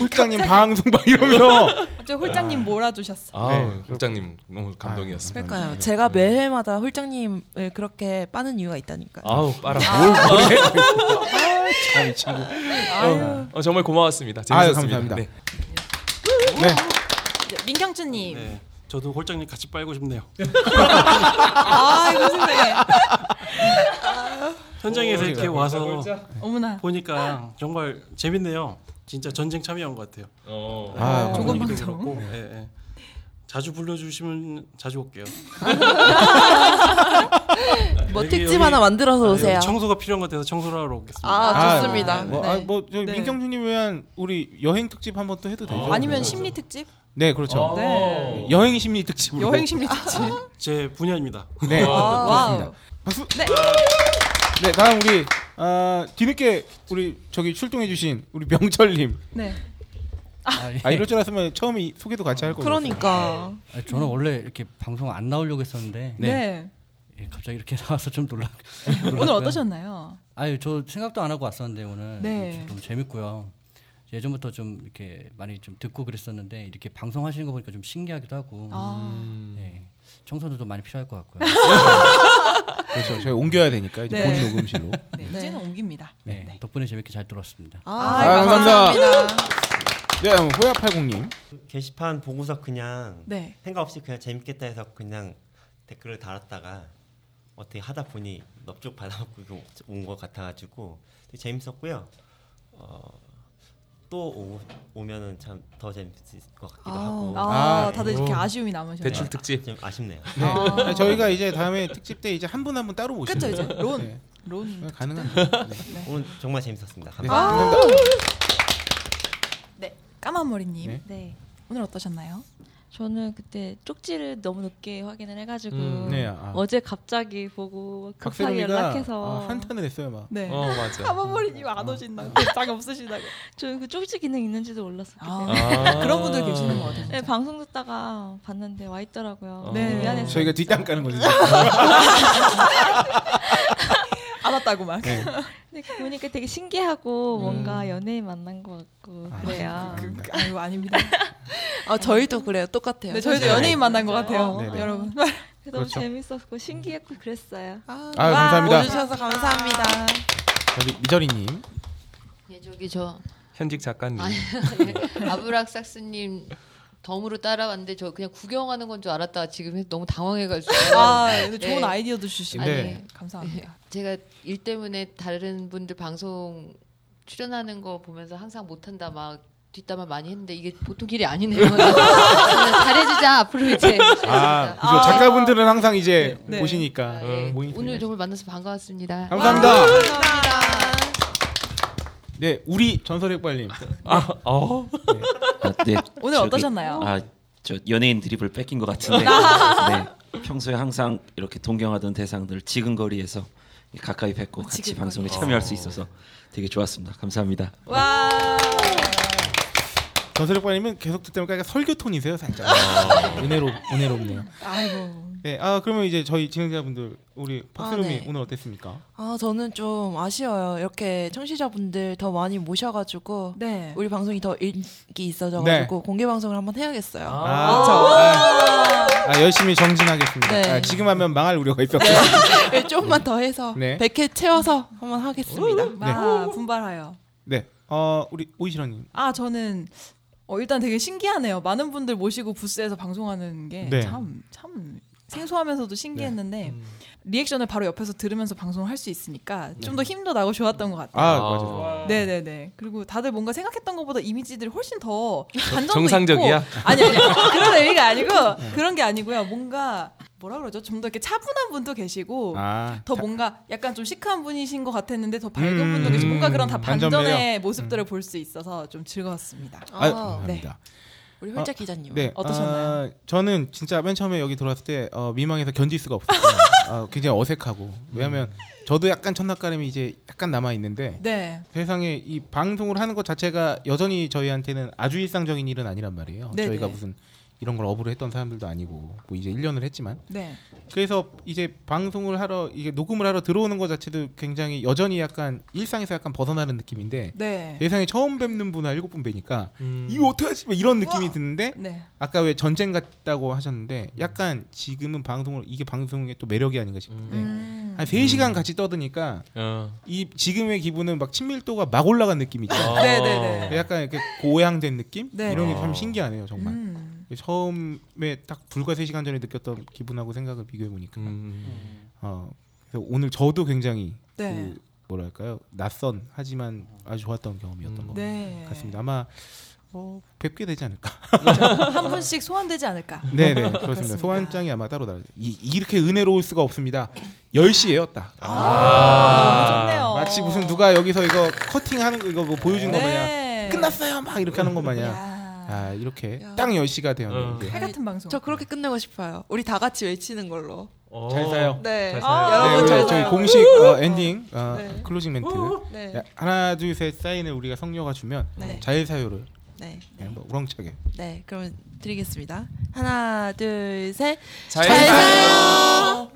Speaker 4: 홀장님 방송 막 이러면서
Speaker 5: 갑자기 홀장님 몰아주셨어.
Speaker 6: 아
Speaker 4: 네,
Speaker 6: 홀짝님 너무 감동이었습니다. 네.
Speaker 7: 그러니까요. 제가 매회마다 홀장님을 그렇게 빠는 이유가 있다니까요. 아.
Speaker 6: 아우 빨아.
Speaker 4: 아,
Speaker 6: [laughs]
Speaker 4: 참이 친구.
Speaker 6: 어, 어, 정말 고마웠습니다.
Speaker 4: 아유,
Speaker 6: 재밌었습니다.
Speaker 4: 감사합니다.
Speaker 6: 네.
Speaker 5: 네, 민경준님.
Speaker 9: 네. 저도 홀장님 같이 빨고
Speaker 4: [laughs]
Speaker 9: 싶네요.
Speaker 5: 아 이거 세상에.
Speaker 9: 아. 현장에서
Speaker 4: 어,
Speaker 5: 오,
Speaker 9: 이렇게
Speaker 5: 진짜
Speaker 9: 와서
Speaker 5: 홀짝. 어머나.
Speaker 9: 보니까 정말 재밌네요. 진짜 전쟁 참여한 것 같아요.
Speaker 4: 아,
Speaker 9: 조금
Speaker 4: 조금
Speaker 9: 분위기도
Speaker 4: 방송.
Speaker 9: 그렇고. 예, 예. 자주 불러주시면 자주 올게요.
Speaker 7: 뭐
Speaker 9: 여기,
Speaker 7: 특집
Speaker 9: 여기,
Speaker 7: 하나 만들어서
Speaker 9: 예,
Speaker 7: 오세요.
Speaker 9: 청소가 필요한 것 같아서 청소를 하러 오겠습니다.
Speaker 4: 아, 뭐,
Speaker 5: 네.
Speaker 4: 아, 뭐 저희 민경준님 위한 우리 여행 특집 한번 또 해도 되죠.
Speaker 5: 아니면 심리 특집?
Speaker 4: 네, 그렇죠.
Speaker 5: 네.
Speaker 4: 여행 심리 특집으로.
Speaker 5: 여행 심리 특집. 아,
Speaker 9: 제 분야입니다.
Speaker 4: 뭐, [laughs] 네,
Speaker 5: 와우.
Speaker 4: 그렇습니다. 박수. 네. 다음 우리 아, 뒤늦게 우리 저기 출동해주신 우리 명철님.
Speaker 5: 네.
Speaker 4: 아,
Speaker 13: 예.
Speaker 4: 이럴 줄 알았으면 처음에 이- 소개도 같이 할 거예요.
Speaker 13: 아, 저는 원래 이렇게 방송 안 나오려고 했었는데.
Speaker 5: 그러니까. 네.
Speaker 13: 예, 갑자기 이렇게 [laughs] 나와서 좀 놀라.
Speaker 5: 오늘 어떠셨나요?
Speaker 13: 아유, 저 생각도 안 하고 왔었는데 오늘
Speaker 5: 네.
Speaker 13: 너무 재밌고요. 예전부터 좀 이렇게 많이 좀 듣고 그랬었는데 이렇게 방송하시는 거 보니까 좀 신기하기도 하고.
Speaker 5: 아.
Speaker 4: 음.
Speaker 13: 네. 청소도 좀 많이 필요할 것 같고요.
Speaker 5: [laughs]
Speaker 4: 그렇죠. 저희 옮겨야 되니까 이제
Speaker 5: 네.
Speaker 4: 본 녹음실로.
Speaker 5: 네, 이제는 옮깁니다.
Speaker 13: 네. 덕분에 재밌게 잘 들었습니다.
Speaker 5: 아,
Speaker 4: 네, 호야팔공님.
Speaker 8: 게시판 보고서 그냥
Speaker 5: 네.
Speaker 8: 생각 없이 그냥 재밌겠다 해서 그냥 댓글을 달았다가 어떻게 하다 보니 넙죽 받아먹고 온 것 같아가지고 되게 재밌었고요. 어, 또 오, 오면은 참 더 재밌을 것 같기도
Speaker 5: 아,
Speaker 8: 하고.
Speaker 5: 아, 다들 이렇게 아쉬움이 남으셨네요. 대출
Speaker 6: 특집
Speaker 8: 좀 아쉽네요.
Speaker 4: 네. 아, 저희가 이제 다음에 특집 때 이제 한 분 한 분 따로 모시죠.
Speaker 5: 그쵸, 이제 론.
Speaker 4: 네.
Speaker 5: 론.
Speaker 4: 가능합니다. 네.
Speaker 8: 오늘 정말 재밌었습니다.
Speaker 4: 네,
Speaker 8: 감사합니다.
Speaker 5: 아. 네, 까만 머리님.
Speaker 8: 네.
Speaker 12: 네.
Speaker 5: 오늘 어떠셨나요?
Speaker 12: 저는 그때 쪽지를 너무 늦게 확인을 해가지고
Speaker 4: 음, 네, 아.
Speaker 12: 어제 갑자기 보고 급하게
Speaker 4: 박세롬이가
Speaker 12: 연락해서 뭐,
Speaker 4: 아, 한탄을 했어요 막.
Speaker 5: 네.
Speaker 6: 어, 맞아.
Speaker 5: 까만 머리님 안 오신다고. [laughs] 장 없으시다고.
Speaker 12: 저는 그 쪽지 기능 있는지도 몰랐었기 때문에
Speaker 4: 아. 그런 분들 계시는 것 같아요, 진짜.
Speaker 12: 네, 방송 듣다가 봤는데 와 어. 있더라고요.
Speaker 4: 네.
Speaker 12: 미안해서
Speaker 4: 저희가 뒷담 까는 거죠.
Speaker 12: 아,
Speaker 5: 아, 나 울었다고 막.
Speaker 12: 네. 근데 보니까 되게 신기하고 뭔가 연예인 만난 것 같고
Speaker 4: 아,
Speaker 12: 그래요. 네.
Speaker 5: 아유 아닙니다.
Speaker 7: 아 저희도 그래요. 똑같아요. 어.
Speaker 5: 네, 저희도 연예인 만난 것 같아요,
Speaker 4: 네네.
Speaker 5: 여러분.
Speaker 12: 너무
Speaker 4: 그렇죠.
Speaker 12: 재밌었고 신기했고 그랬어요. 아,
Speaker 4: 아유, 감사합니다.
Speaker 7: 오셔서 감사합니다.
Speaker 4: 저기 미저리님.
Speaker 11: 예, 저기 저
Speaker 6: 현직 작가님.
Speaker 11: 아, 예. 아브락삭스님 덤으로 따라왔는데 저 그냥 구경하는 건 줄 알았다 지금 해서 너무 당황해가지고 네.
Speaker 5: 아, 근데 좋은 아이디어도 주시고.
Speaker 11: 아니,
Speaker 5: 네. 감사합니다.
Speaker 11: 예, [laughs] 제가 일 때문에 다른 분들 방송 출연하는 거 보면서 항상 못한다 막 뒷담화 많이 했는데 이게 보통
Speaker 4: [laughs]
Speaker 11: 길이 아니네요 잘해주자 앞으로 이제
Speaker 4: 아, 그죠. 작가분들은 항상 이제 네. 보시니까 모인-
Speaker 11: 오늘 아, 정말 만나서 반가웠습니다
Speaker 4: 감사합니다.
Speaker 11: 와,
Speaker 4: 네, 우리 전설의 빨님.
Speaker 10: 아, 어. 아, 네.
Speaker 5: [laughs] 오늘 어떠셨나요? 아.
Speaker 10: 아, 저 연예인 드립을 뺏긴 것 같은데. 네. 평소에 항상 이렇게 동경하던 대상들 지금 거리에서 가까이
Speaker 5: 아,
Speaker 10: 뵙고 같이
Speaker 7: 지근거리.
Speaker 10: 방송에
Speaker 7: 어.
Speaker 10: 참여할 수 있어서 되게 좋았습니다. 감사합니다.
Speaker 4: 전설의 빨님은 계속 듣다 보니까 약간 설교 톤이세요, 살짝.
Speaker 10: 아.
Speaker 4: 은혜로 은혜롭네요.
Speaker 7: [laughs] 아이고.
Speaker 4: 네, 아 그러면 이제 저희 진행자분들 우리 박세롬이
Speaker 7: 네.
Speaker 4: 오늘 어땠습니까?
Speaker 7: 아 저는 좀 아쉬워요. 이렇게 청취자분들 더 많이 모셔가지고
Speaker 5: 네.
Speaker 7: 우리 방송이 더 인기
Speaker 4: 네.
Speaker 7: 있어져가지고 공개 방송을 한번 해야겠어요. 아,
Speaker 4: 아, 아, 아, 열심히 정진하겠습니다.
Speaker 7: 네.
Speaker 4: 아, 지금 하면 망할 우려가 있었고.
Speaker 7: 네, 조금만 더 해서
Speaker 4: 네.
Speaker 7: 100회 채워서 한번
Speaker 6: 네.
Speaker 7: 하겠습니다.
Speaker 5: 아, 분발하여.
Speaker 4: [laughs] 네, 어 우리 오이시라님.
Speaker 5: 아 저는 어, 일단 되게 신기하네요. 많은 분들 모시고 부스에서 방송하는 게
Speaker 4: 네. 음.
Speaker 5: 참 참 생소하면서도 신기했는데 리액션을 바로 옆에서 들으면서 방송을 할 수 있으니까 좀 더 힘도 나고 좋았던 것 같아요.
Speaker 4: 네. 아, 맞아요.
Speaker 5: 네네네. 그리고 다들 뭔가 생각했던 것보다 이미지들이 훨씬 더 반전도
Speaker 6: 정상적이야?
Speaker 5: 있고, 아니 아니 그런 의미가 아니고
Speaker 4: 네.
Speaker 5: 그런 게 아니고요. 뭔가 뭐라 그러죠? 좀 더 이렇게 차분한 분도 계시고
Speaker 4: 아,
Speaker 5: 더 뭔가 약간 좀 시크한 분이신 것 같았는데 더 밝은
Speaker 4: 음,
Speaker 5: 분도 계시고 뭔가 그런 다
Speaker 4: 반전 매력.
Speaker 5: 반전의 모습들을 볼 수 있어서 좀 즐거웠습니다.
Speaker 4: 아유, 감사합니다.
Speaker 7: 네. 우리 홀짝
Speaker 4: 아,
Speaker 7: 기자님은
Speaker 4: 네.
Speaker 7: 어떠셨나요?
Speaker 4: 아, 저는 진짜 맨 처음에 여기 들어왔을 때 어, 미망해서 견딜 수가 없어요. 아, 굉장히 어색하고 왜냐하면
Speaker 7: 음.
Speaker 4: 저도 약간 첫낯가림이 이제 약간 남아 있는데
Speaker 5: 네.
Speaker 4: 세상에 이 방송을 하는 것 자체가 여전히 저희한테는 아주 일상적인 일은 아니란 말이에요.
Speaker 5: 네네.
Speaker 4: 저희가 무슨 이런 걸 업으로 했던 사람들도 아니고 뭐 이제 1년을 했지만
Speaker 5: 네.
Speaker 4: 그래서 이제 방송을 하러 이게 녹음을 하러 들어오는 것 자체도 굉장히 여전히 약간 일상에서 약간 벗어나는 느낌인데
Speaker 5: 네.
Speaker 4: 세상에 처음 뵙는 분 한 일곱 분 뵈니까 이거 어떡하지? 막 이런 느낌이 드는데
Speaker 5: 네.
Speaker 4: 아까 왜 전쟁 같다고 하셨는데 약간 지금은 방송을 이게 방송의 또 매력이 아닌가 싶은데
Speaker 6: 음.
Speaker 4: 한 세시간 같이 떠드니까
Speaker 6: 어.
Speaker 4: 이 지금의 기분은 막 친밀도가 막 올라간 느낌이죠.
Speaker 6: 아. 네네네.
Speaker 4: 약간 이렇게 고향된 느낌?
Speaker 6: 네. 음.
Speaker 4: 이런 게
Speaker 6: 어.
Speaker 4: 참 신기하네요, 정말. 처음에 딱 불과 세시간 전에 느꼈던 기분하고 생각을 비교해 보니까.
Speaker 6: 음.
Speaker 4: 어, 그래서 오늘 저도 굉장히
Speaker 5: 네.
Speaker 4: 그 뭐랄까요? 낯선 하지만 아주 좋았던 경험이었던 것
Speaker 5: 네.
Speaker 4: 같습니다. 아마 어, 뵙게 되지 않을까.
Speaker 6: [laughs]
Speaker 5: 한 분씩 소환되지 않을까?
Speaker 4: 아. 네네 그렇습니다. 소환장이 아마 따로 나와요. 이- 이렇게 은혜로울 수가 없습니다. 10시에요 딱.
Speaker 5: 아, 좋네요.
Speaker 4: 마치 무슨 누가 여기서 이거 커팅하는 거 이거 뭐 보여준
Speaker 7: 네.
Speaker 4: 거 마냥 끝났어요 막 이렇게 하는 거 마냥 아 이렇게 딱 10시가 되었는데
Speaker 5: 칼 같은 방송.
Speaker 7: 네. 저 그렇게 끝내고 싶어요. 우리 다 같이 외치는 걸로.
Speaker 4: 잘 사요.
Speaker 7: 네.
Speaker 4: 잘
Speaker 7: 아,
Speaker 4: 사요.
Speaker 7: 여러분
Speaker 4: 어. 네,
Speaker 7: 잘
Speaker 4: 우리 저희
Speaker 7: 사요.
Speaker 4: 공식 어, 엔딩 어,
Speaker 7: 네.
Speaker 4: 클로징 멘트.
Speaker 7: 네.
Speaker 4: 야, 하나 둘 셋 사인을 우리가 성녀가 주면
Speaker 7: 네.
Speaker 4: 잘 사요를
Speaker 7: 네.
Speaker 4: 네, 한번 우렁차게.
Speaker 7: 네, 그럼 드리겠습니다. 하나, 둘, 셋.
Speaker 4: 잘
Speaker 7: 사요.